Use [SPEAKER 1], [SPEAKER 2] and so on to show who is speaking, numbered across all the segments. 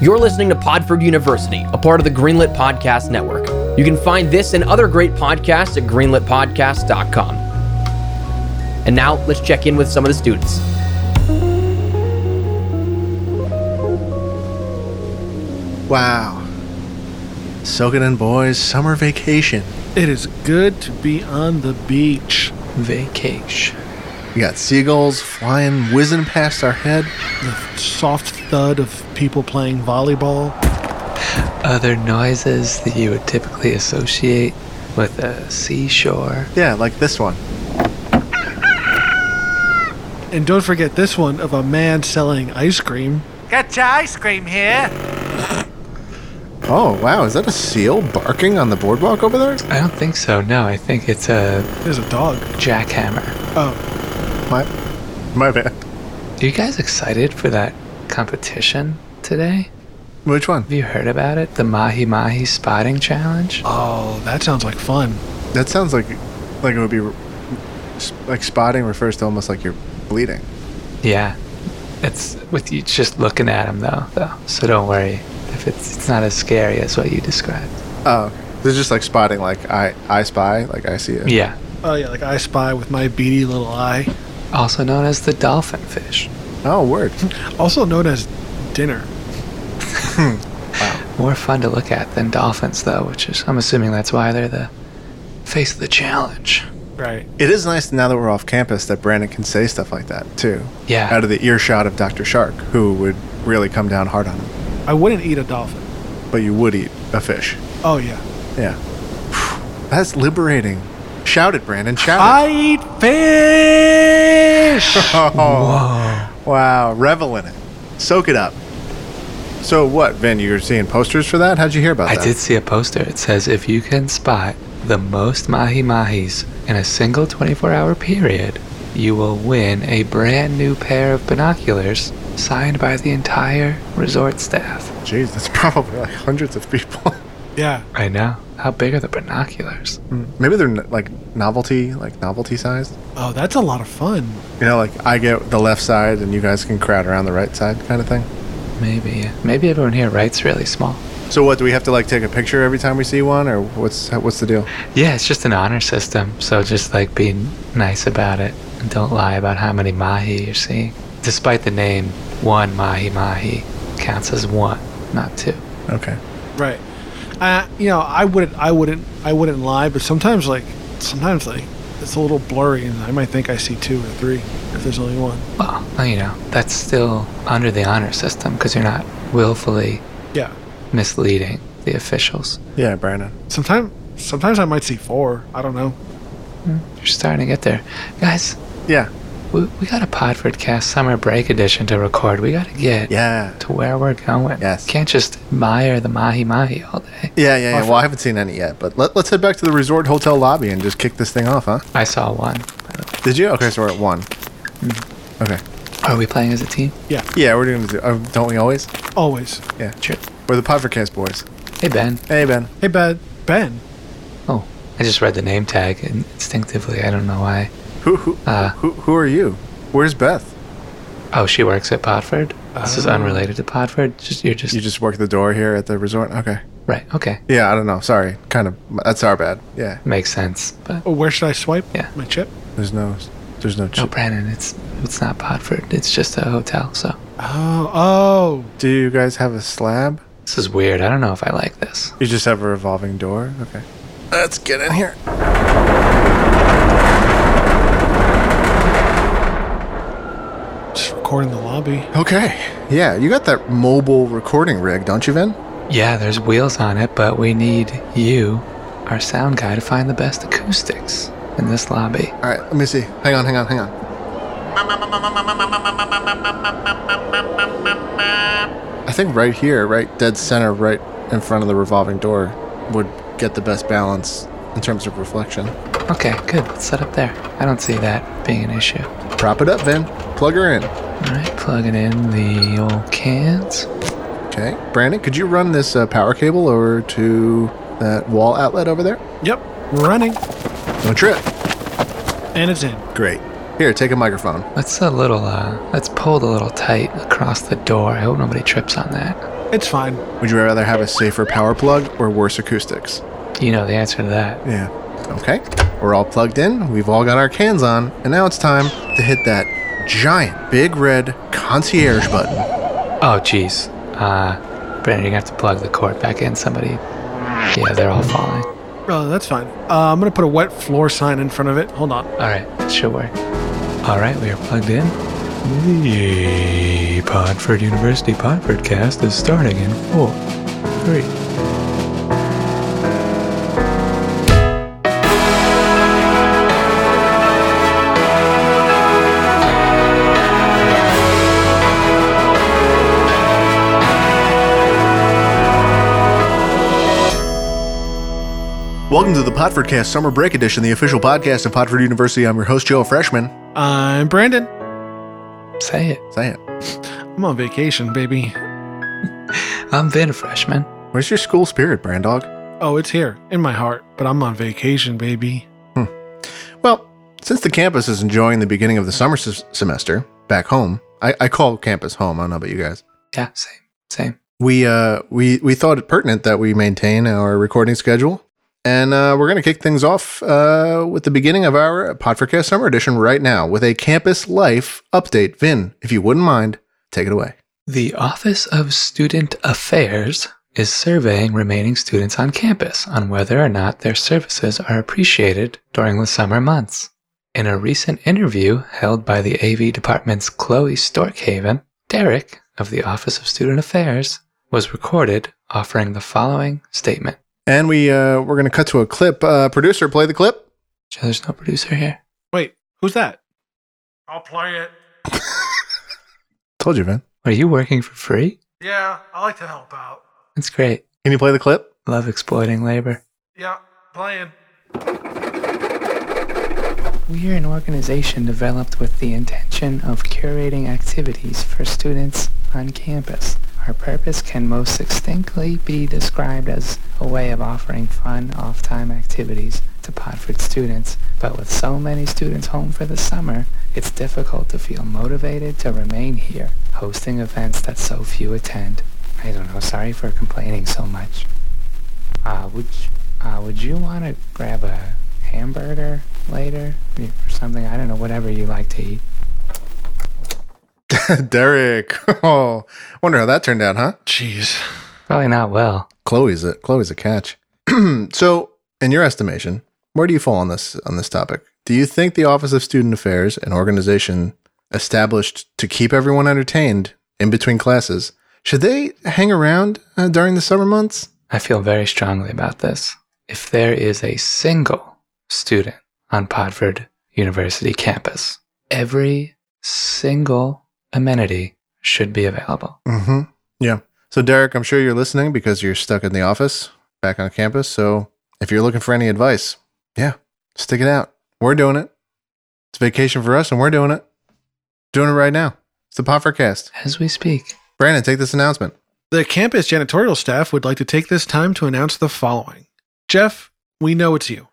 [SPEAKER 1] You're listening to Podford University, a part of the Greenlit Podcast Network. You can find this and other great podcasts at greenlitpodcast.com. And now let's check in with some of the students.
[SPEAKER 2] Wow. Soaking in boys, summer vacation.
[SPEAKER 3] It is good to be on the beach.
[SPEAKER 4] Vacation.
[SPEAKER 2] We got seagulls flying, whizzing past our head.
[SPEAKER 3] The soft thud of people playing volleyball.
[SPEAKER 4] Other noises that you would typically associate with a seashore.
[SPEAKER 2] Yeah, like this one.
[SPEAKER 3] And don't forget this one of a man selling ice cream.
[SPEAKER 5] Got your ice cream here.
[SPEAKER 2] Oh, wow. Is that a seal barking on the boardwalk over there?
[SPEAKER 4] I don't think so. No, I think it's a
[SPEAKER 3] There's a dog.
[SPEAKER 4] jackhammer.
[SPEAKER 3] Oh,
[SPEAKER 2] My, my bad.
[SPEAKER 4] Are you guys excited for that competition today?
[SPEAKER 2] Which one?
[SPEAKER 4] Have you heard about it? The Mahi Mahi Spotting Challenge?
[SPEAKER 3] oh, that sounds like fun.
[SPEAKER 2] That sounds like like it would be. re- s- Like spotting refers to almost like you're bleeding.
[SPEAKER 4] Yeah. It's with you just looking at them though, though. So don't worry if it's it's not as scary as what you described.
[SPEAKER 2] Oh. It's just like spotting, like I, I spy, like I see it.
[SPEAKER 4] Yeah.
[SPEAKER 3] Oh yeah, like I spy with my beady little eye.
[SPEAKER 4] Also known as the dolphin fish.
[SPEAKER 2] Oh, word.
[SPEAKER 3] Also known as dinner.
[SPEAKER 4] More fun to look at than dolphins though, which is I'm assuming that's why they're the face of the challenge.
[SPEAKER 3] Right.
[SPEAKER 2] It is nice now that we're off campus that Brandon can say stuff like that too.
[SPEAKER 4] Yeah.
[SPEAKER 2] Out of the earshot of Dr. Shark, who would really come down hard on him.
[SPEAKER 3] I wouldn't eat a dolphin.
[SPEAKER 2] But you would eat a fish.
[SPEAKER 3] Oh yeah.
[SPEAKER 2] Yeah. That's liberating. Shout it, Brandon. Shout it.
[SPEAKER 3] I eat fish.
[SPEAKER 2] Oh, wow. Revel in it. Soak it up. So what, Vin, you were seeing posters for that? How'd you hear about
[SPEAKER 4] I
[SPEAKER 2] that?
[SPEAKER 4] did see a poster. It says if you can spot the most mahi mahis in a single 24 hour period, you will win a brand new pair of binoculars signed by the entire resort staff.
[SPEAKER 2] Jeez, that's probably like hundreds of people.
[SPEAKER 3] yeah.
[SPEAKER 4] I know. How big are the binoculars?
[SPEAKER 2] Hmm. Maybe they're n- like novelty, like novelty sized.
[SPEAKER 3] Oh, that's a lot of fun.
[SPEAKER 2] You know, like I get the left side and you guys can crowd around the right side kind of thing.
[SPEAKER 4] Maybe. Maybe everyone here writes really small.
[SPEAKER 2] So what do we have to like take a picture every time we see one, or what's what's the deal?
[SPEAKER 4] Yeah, it's just an honor system. So just like be nice about it and don't lie about how many mahi you're seeing. Despite the name, one mahi mahi counts as one, not two.
[SPEAKER 2] Okay.
[SPEAKER 3] Right. Uh, you know, I wouldn't, I wouldn't, I wouldn't lie, but sometimes, like, sometimes, like, it's a little blurry, and I might think I see two or three if there's only one.
[SPEAKER 4] Well, you know, that's still under the honor system because you're not willfully
[SPEAKER 3] Yeah.
[SPEAKER 4] misleading the officials.
[SPEAKER 2] Yeah, Brandon.
[SPEAKER 3] Sometimes, sometimes I might see four. I don't know.
[SPEAKER 4] You're starting to get there. Guys,
[SPEAKER 2] Yeah.
[SPEAKER 4] we, we got a Podford Cast summer break edition to record. We got to get
[SPEAKER 2] Yeah.
[SPEAKER 4] to where we're going.
[SPEAKER 2] Yes.
[SPEAKER 4] Can't just admire the Mahi Mahi all day.
[SPEAKER 2] Yeah, yeah, yeah. Well, I haven't seen any yet, but let, let's head back to the resort hotel lobby and just kick this thing off, huh?
[SPEAKER 4] I saw one.
[SPEAKER 2] Did you? Okay, so we're at one. Okay.
[SPEAKER 4] Are we playing as a team?
[SPEAKER 2] Yeah, we're doing. Uh, don't we always?
[SPEAKER 3] Always.
[SPEAKER 2] Yeah.
[SPEAKER 4] Sure.
[SPEAKER 2] We're the Podvercast boys.
[SPEAKER 4] Hey, Ben.
[SPEAKER 2] Hey, Ben.
[SPEAKER 3] Hey, Ben. Ben.
[SPEAKER 4] Oh, I just read the name tag and instinctively. I don't know why.
[SPEAKER 2] Who who
[SPEAKER 4] Uh.
[SPEAKER 2] who, who are you? Where's Beth?
[SPEAKER 4] Oh, she works at Podford. This is
[SPEAKER 3] Oh.
[SPEAKER 4] unrelated to Podford. Just, you're just,
[SPEAKER 2] You just work the door here at the resort. Okay.
[SPEAKER 4] right. Okay,
[SPEAKER 2] Yeah, I don't know. Sorry. Kind of. That's our bad. Yeah.
[SPEAKER 4] makes sense. But
[SPEAKER 3] Oh, where should I swipe?
[SPEAKER 4] Yeah.
[SPEAKER 3] My chip.
[SPEAKER 2] There's no. There's no.
[SPEAKER 4] No,
[SPEAKER 2] Ch-
[SPEAKER 4] Brandon, it's it's not Podford. It's just a hotel. So
[SPEAKER 3] Oh. Oh.
[SPEAKER 2] Do you guys have a slab?
[SPEAKER 4] this is weird. I don't know if I like this.
[SPEAKER 2] You just have a revolving door? Okay. Let's get in here.
[SPEAKER 3] Just recording the lobby.
[SPEAKER 2] Okay. Yeah, you got that mobile recording rig, don't you, Vin?
[SPEAKER 4] Yeah, there's wheels on it, but we need you, our sound guy, to find the best acoustics in this lobby.
[SPEAKER 2] All right, let me see. Hang on, hang on, hang on. I think right here, right dead center, right in front of the revolving door, would get the best balance in terms of reflection.
[SPEAKER 4] Okay, good. Let's set up there. I don't see that being an issue.
[SPEAKER 2] Prop it up, Vin. Plug her in.
[SPEAKER 4] All right, plugging in the old cans.
[SPEAKER 2] Okay. Brandon, could you run this uh, power cable over to that wall outlet over there?
[SPEAKER 3] Yep. We're running,
[SPEAKER 2] No trip.
[SPEAKER 3] and it's in.
[SPEAKER 2] Great. Here, take a microphone.
[SPEAKER 4] Let's a little. Uh, let's pull a little tight across the door. I hope nobody trips on that.
[SPEAKER 3] It's fine.
[SPEAKER 2] Would you rather have a safer power plug or worse acoustics?
[SPEAKER 4] You know the answer to that.
[SPEAKER 2] Yeah. Okay. We're all plugged in. We've all got our cans on. And now it's time to hit that giant big red concierge button.
[SPEAKER 4] Oh, jeez. Uh, Brandon, you're gonna have to plug the cord back in. Somebody. Yeah, they're all falling.
[SPEAKER 3] Oh, that's fine. Uh, I'm gonna put a wet floor sign in front of it. Hold on.
[SPEAKER 4] All right, it should work. All right, we are plugged in. The Podford University Podford cast is starting in four, three.
[SPEAKER 2] Welcome to the Podfordcast Summer Break Edition, the official podcast of Podford University. I'm your host, Joe Freshman.
[SPEAKER 3] I'm Brandon.
[SPEAKER 4] Say it.
[SPEAKER 2] Say it.
[SPEAKER 3] I'm on vacation, baby.
[SPEAKER 4] I'm Vin Freshman.
[SPEAKER 2] Where's your school spirit, Brandog?
[SPEAKER 3] Oh, it's here in my heart, but I'm on vacation, baby.
[SPEAKER 2] Well, since the campus is enjoying the beginning of the summer s- semester back home, I, I call campus home. I don't know about you guys.
[SPEAKER 4] Yeah, same, same.
[SPEAKER 2] We uh we we thought it pertinent that we maintain our recording schedule, and uh, we're going to kick things off uh, with the beginning of our Podforcast Summer Edition right now with a campus life update. Vin, if you wouldn't mind, take it away.
[SPEAKER 4] The Office of Student Affairs is surveying remaining students on campus on whether or not their services are appreciated during the summer months. In a recent interview held by the AV department's Chloe Storkhaven, Derek of the Office of Student Affairs was recorded offering the following statement.
[SPEAKER 2] And we uh, we're going to cut to a clip. Uh, producer, play the clip.
[SPEAKER 4] Joe, there's no producer here.
[SPEAKER 3] Wait, who's that? I'll play it.
[SPEAKER 2] Told you, Vin.
[SPEAKER 4] Are you working for free?
[SPEAKER 3] Yeah, I like to help out.
[SPEAKER 4] That's great.
[SPEAKER 2] Can you play the clip?
[SPEAKER 4] Love exploiting labor.
[SPEAKER 3] Yeah, playing.
[SPEAKER 4] We are an organization developed with the intention of curating activities for students on campus. Our purpose can most succinctly be described as a way of offering fun off-time activities to Podford students, but with so many students home for the summer, it's difficult to feel motivated to remain here, hosting events that so few attend. I don't know, sorry for complaining so much. Uh, would you, uh, would you want to grab a hamburger later or something? I don't know, whatever you like to eat.
[SPEAKER 2] Derek. Oh, wonder how that turned out, huh?
[SPEAKER 3] Jeez.
[SPEAKER 4] Probably not well.
[SPEAKER 2] Chloe's a Chloe's a catch. so, in your estimation, where do you fall on this on this topic? Do you think the Office of Student Affairs, an organization established to keep everyone entertained in between classes, should they hang around uh, during the summer months?
[SPEAKER 4] I feel very strongly about this. If there is a single student on Podford University campus, every single amenity should be available.
[SPEAKER 2] Mm-hmm. Yeah. So, Derek, I'm sure you're listening because you're stuck in the office back on campus. So, if you're looking for any advice, yeah, stick it out. We're doing it. It's vacation for us, and we're doing it. Doing it right now. It's the Poffercast.
[SPEAKER 4] As we speak,
[SPEAKER 2] Brandon, take this announcement.
[SPEAKER 3] The campus janitorial staff would like to take this time to announce the following Jeff, we know it's you.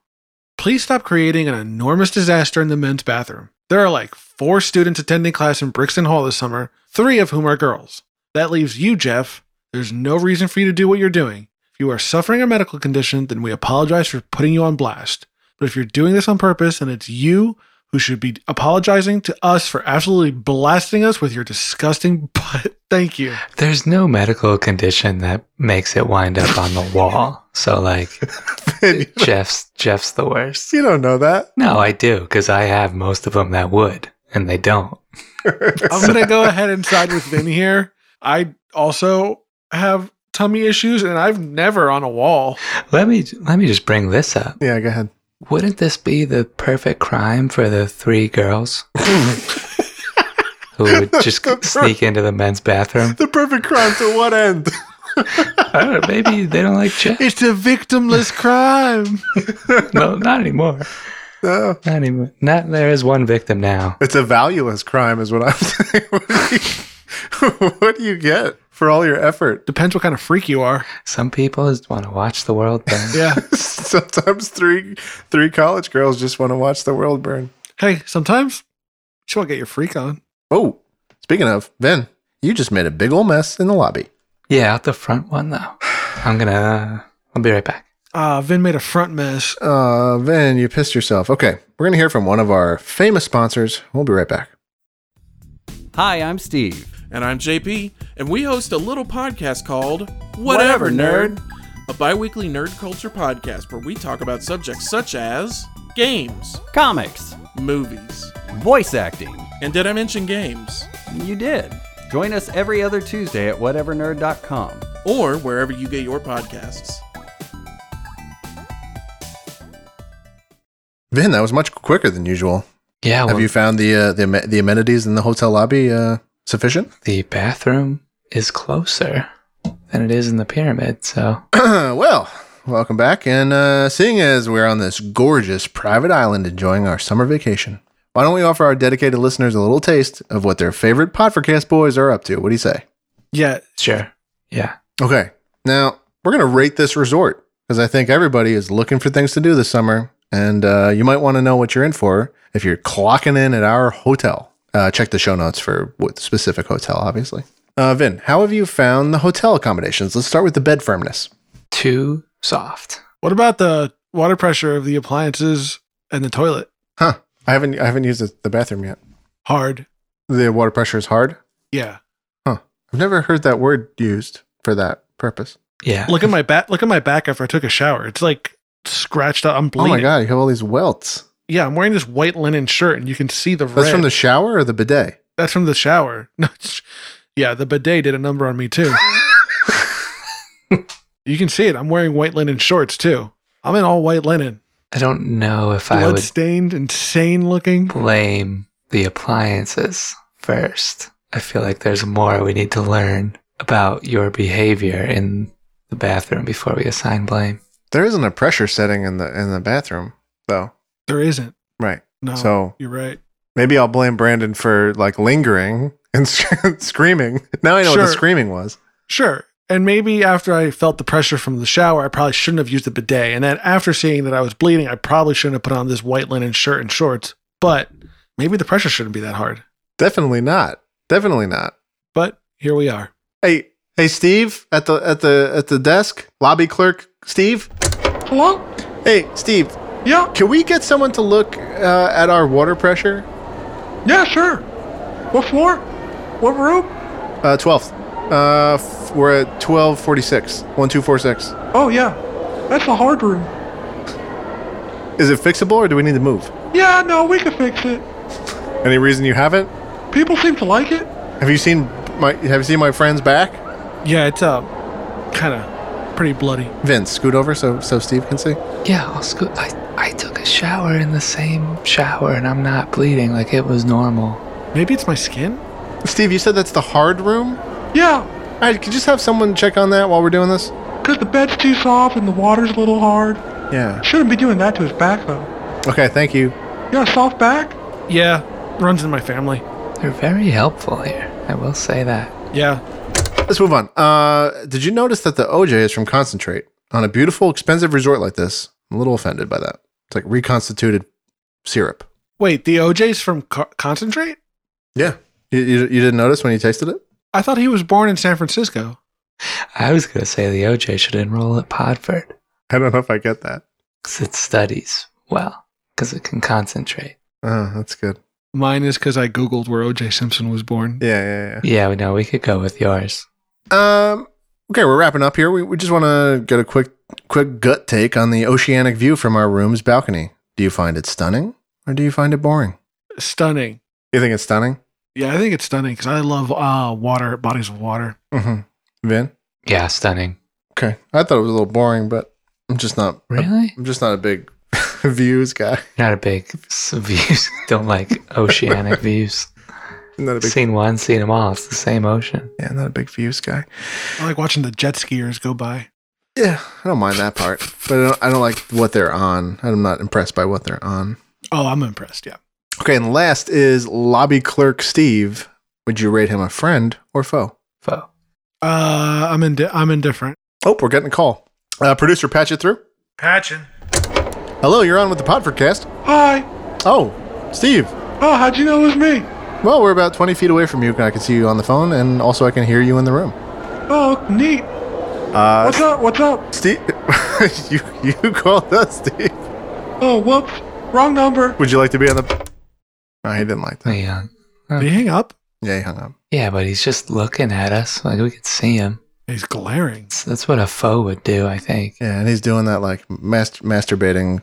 [SPEAKER 3] Please stop creating an enormous disaster in the men's bathroom. There are like four students attending class in Brixton Hall this summer, three of whom are girls. That leaves you, Jeff. There's no reason for you to do what you're doing. If you are suffering a medical condition, then we apologize for putting you on blast. But if you're doing this on purpose, then it's you who should be apologizing to us for absolutely blasting us with your disgusting butt. Thank you.
[SPEAKER 4] there's no medical condition that makes it wind up on the wall. So, like,
[SPEAKER 2] you
[SPEAKER 4] Jeff's Jeff's the worst.
[SPEAKER 2] don't know that.
[SPEAKER 4] No, I do, because I have most of them that would, and they don't.
[SPEAKER 3] I'm gonna go ahead and side with Vin here. I also have tummy issues, and I've never on a wall.
[SPEAKER 4] Let me let me just bring this up.
[SPEAKER 2] Yeah, go ahead.
[SPEAKER 4] Wouldn't this be the perfect crime for the three girls who would just sneak into the men's bathroom?
[SPEAKER 2] The perfect crime to what end?
[SPEAKER 4] I don't know, maybe they don't like Jeff.
[SPEAKER 3] It's a victimless crime.
[SPEAKER 4] No, not anymore.
[SPEAKER 2] No.
[SPEAKER 4] Not anymore. Not there is one victim now.
[SPEAKER 2] It's a valueless crime, is what I'm saying. what, do you, what do you get for all your effort?
[SPEAKER 3] Depends what kind of freak you are.
[SPEAKER 4] Some people just want to watch the world burn.
[SPEAKER 3] Yeah.
[SPEAKER 2] Sometimes three three college girls just want to watch the world burn.
[SPEAKER 3] Hey, sometimes you won't get your freak on.
[SPEAKER 2] Oh, speaking of, Ben, you just made a big old mess in the lobby.
[SPEAKER 4] Yeah, out the front one though. I'm gonna. I'll be right back.
[SPEAKER 3] Ah, Vin made a front mess.
[SPEAKER 2] Uh, Vin, you pissed yourself. Okay, we're going to hear from one of our famous sponsors. We'll be right back.
[SPEAKER 6] Hi, I'm Steve.
[SPEAKER 7] And I'm JP, and we host a little podcast called
[SPEAKER 6] Whatever, Nerd.
[SPEAKER 7] a bi weekly nerd culture podcast where we talk about subjects such as games,
[SPEAKER 6] Comics,
[SPEAKER 7] movies,
[SPEAKER 6] voice acting.
[SPEAKER 7] and did I mention games?
[SPEAKER 6] You did. Join us every other Tuesday at whatevernerd.com.
[SPEAKER 7] Or wherever you get your podcasts.
[SPEAKER 2] Vin, that was much quicker than usual.
[SPEAKER 4] Yeah.
[SPEAKER 2] Have you found the uh, the amen- the amenities in the hotel lobby uh, sufficient?
[SPEAKER 4] the bathroom is closer than it is in the pyramid, so
[SPEAKER 2] well, welcome back. And uh, seeing as we're on this gorgeous private island enjoying our summer vacation, why don't we offer our dedicated listeners a little taste of what their favorite Podforcast boys are up to? What do you say?
[SPEAKER 3] Yeah,
[SPEAKER 4] sure. Yeah.
[SPEAKER 2] Okay. Now, we're going to rate this resort because I think everybody is looking for things to do this summer. And uh, you might want to know what you're in for if you're clocking in at our hotel. Uh, check the show notes for what specific hotel, obviously. Uh, Vin, how have you found the hotel accommodations? Let's start with the bed firmness.
[SPEAKER 4] Too soft.
[SPEAKER 3] What about the water pressure of the appliances and the toilet?
[SPEAKER 2] Huh. I haven't I haven't used the, the bathroom yet.
[SPEAKER 3] Hard.
[SPEAKER 2] The water pressure is hard.
[SPEAKER 3] Yeah.
[SPEAKER 2] I've never heard that word used for that purpose.
[SPEAKER 4] Yeah.
[SPEAKER 3] Look at my back. Look at my back after I took a shower. It's like scratched up. I'm bleeding.
[SPEAKER 2] Oh my god, you have all these welts.
[SPEAKER 3] Yeah, I'm wearing this white linen shirt, and you can see the
[SPEAKER 2] That's
[SPEAKER 3] red.
[SPEAKER 2] from the shower or the bidet?
[SPEAKER 3] That's from the shower. No, it's- yeah, the bidet did a number on me too. you can see it. I'm wearing white linen shorts too. I'm in all white linen,
[SPEAKER 4] I don't know if I
[SPEAKER 3] blood
[SPEAKER 4] would
[SPEAKER 3] stained, insane looking.
[SPEAKER 4] blame the appliances first. I feel like there's more we need to learn about your behavior in the bathroom before we assign blame.
[SPEAKER 2] There isn't a pressure setting in the in the bathroom though.
[SPEAKER 3] There isn't.
[SPEAKER 2] Right.
[SPEAKER 3] No,
[SPEAKER 2] So-
[SPEAKER 3] you're right.
[SPEAKER 2] Maybe I'll blame Brandon for like lingering and screaming. Now I know what
[SPEAKER 3] Sure.
[SPEAKER 2] the screaming was.
[SPEAKER 3] Sure. And maybe after I felt the pressure from the shower, I probably shouldn't have used the bidet. And then after seeing that I was bleeding, I probably shouldn't have put on this white linen shirt and shorts. But maybe the pressure shouldn't be that hard.
[SPEAKER 2] Definitely not. Definitely not.
[SPEAKER 3] But here we are.
[SPEAKER 2] Hey, hey, Steve at the at the at the desk, lobby clerk, Steve.
[SPEAKER 8] Hello?
[SPEAKER 2] Hey, Steve.
[SPEAKER 8] Yeah,
[SPEAKER 2] Can we get someone to look uh, at our water pressure?
[SPEAKER 8] yeah, sure. What floor? What room?
[SPEAKER 2] Uh, 12th. Uh, f- we're at 1246. 1246.
[SPEAKER 8] Oh, yeah. That's the hard room.
[SPEAKER 2] Is it fixable or do we need to move?
[SPEAKER 8] Yeah, no, we can fix it.
[SPEAKER 2] Any reason you haven't?
[SPEAKER 8] People seem to like it.
[SPEAKER 2] Have you seen my Have you seen my friend's back?
[SPEAKER 3] Yeah, it's uh, kind of pretty bloody.
[SPEAKER 2] Vince, scoot over so so Steve can see.
[SPEAKER 4] Yeah, I'll scoot. I, I took a shower in the same shower and I'm not bleeding like it was normal.
[SPEAKER 3] Maybe it's my skin?
[SPEAKER 2] Steve, you said that's the hard room.
[SPEAKER 8] Yeah,
[SPEAKER 2] All right, could you just have someone check on that while we're doing this?
[SPEAKER 8] 'cause the bed's too soft and the water's a little hard.
[SPEAKER 2] Yeah.
[SPEAKER 8] Shouldn't be doing that to his back, though.
[SPEAKER 2] Okay, thank you.
[SPEAKER 8] You got a soft back?
[SPEAKER 3] Yeah, runs in my family.
[SPEAKER 4] They're very helpful here. I will say that.
[SPEAKER 3] Yeah.
[SPEAKER 2] Let's move on. Uh, did you notice that the OJ is from Concentrate? On a beautiful, expensive resort like this, I'm a little offended by that. It's like reconstituted syrup.
[SPEAKER 3] Wait, the OJ's from Co- Concentrate?
[SPEAKER 2] Yeah. You, you, you didn't notice when you tasted it?
[SPEAKER 3] I thought he was born in San Francisco.
[SPEAKER 4] I was going to say the OJ should enroll at Podford
[SPEAKER 2] I don't know if I get that.
[SPEAKER 4] because it studies well, because it can concentrate.
[SPEAKER 2] Oh, that's good.
[SPEAKER 3] Mine is because I Googled where OJ Simpson was born.
[SPEAKER 2] Yeah, yeah,
[SPEAKER 4] Yeah, we know we could go with yours.
[SPEAKER 2] yeah. Um, okay, we're wrapping up here. We, we just want to get a quick quick gut take on the oceanic view from our room's balcony. Do you find it stunning or do you find it boring?
[SPEAKER 3] Stunning.
[SPEAKER 2] You think it's stunning?
[SPEAKER 3] Yeah, I think it's stunning because I love uh, water, bodies of water.
[SPEAKER 2] Mm-hmm. Vin?
[SPEAKER 4] Yeah, stunning.
[SPEAKER 2] Okay. I thought it was a little boring, but I'm just not
[SPEAKER 4] Really?
[SPEAKER 2] I'm just not a big views guy.
[SPEAKER 4] Not a big s- views. Don't like oceanic views.
[SPEAKER 2] Not a big
[SPEAKER 4] Seen one, seen them all. It's the same ocean.
[SPEAKER 2] yeah, not a big views guy.
[SPEAKER 3] I like watching the jet skiers go by.
[SPEAKER 2] Yeah, I don't mind that part, but I don't, I don't like what they're on. I'm not impressed by what they're on.
[SPEAKER 3] Oh, I'm impressed. Yeah.
[SPEAKER 2] Okay, and last is lobby clerk Steve. Would you rate him a friend or foe?
[SPEAKER 4] Foe.
[SPEAKER 3] Uh, I'm indi- I'm indifferent.
[SPEAKER 2] Oh, we're getting a call. Uh, producer, patch it through.
[SPEAKER 3] Patching.
[SPEAKER 2] Hello, you're on with the Podfordcast.
[SPEAKER 8] Hi.
[SPEAKER 2] Oh, Steve.
[SPEAKER 8] Oh, how'd you know it was me?
[SPEAKER 2] Well, we're about 20 feet away from you, and I can see you on the phone, and also I can hear you in the room.
[SPEAKER 8] Oh, neat.
[SPEAKER 2] Uh,
[SPEAKER 8] What's up? What's up?
[SPEAKER 2] Steve, you you called us, Steve.
[SPEAKER 8] Oh, whoops. Wrong number.
[SPEAKER 2] Would you like to be on the? No, he didn't like that.
[SPEAKER 4] Hey, young.
[SPEAKER 3] Did he hang up?
[SPEAKER 2] Yeah, he hung up.
[SPEAKER 4] Yeah, but he's just looking at us. Like we could see him.
[SPEAKER 3] He's glaring.
[SPEAKER 4] That's- That's what a foe would do, I think.
[SPEAKER 2] Yeah, and he's doing that like mast- masturbating,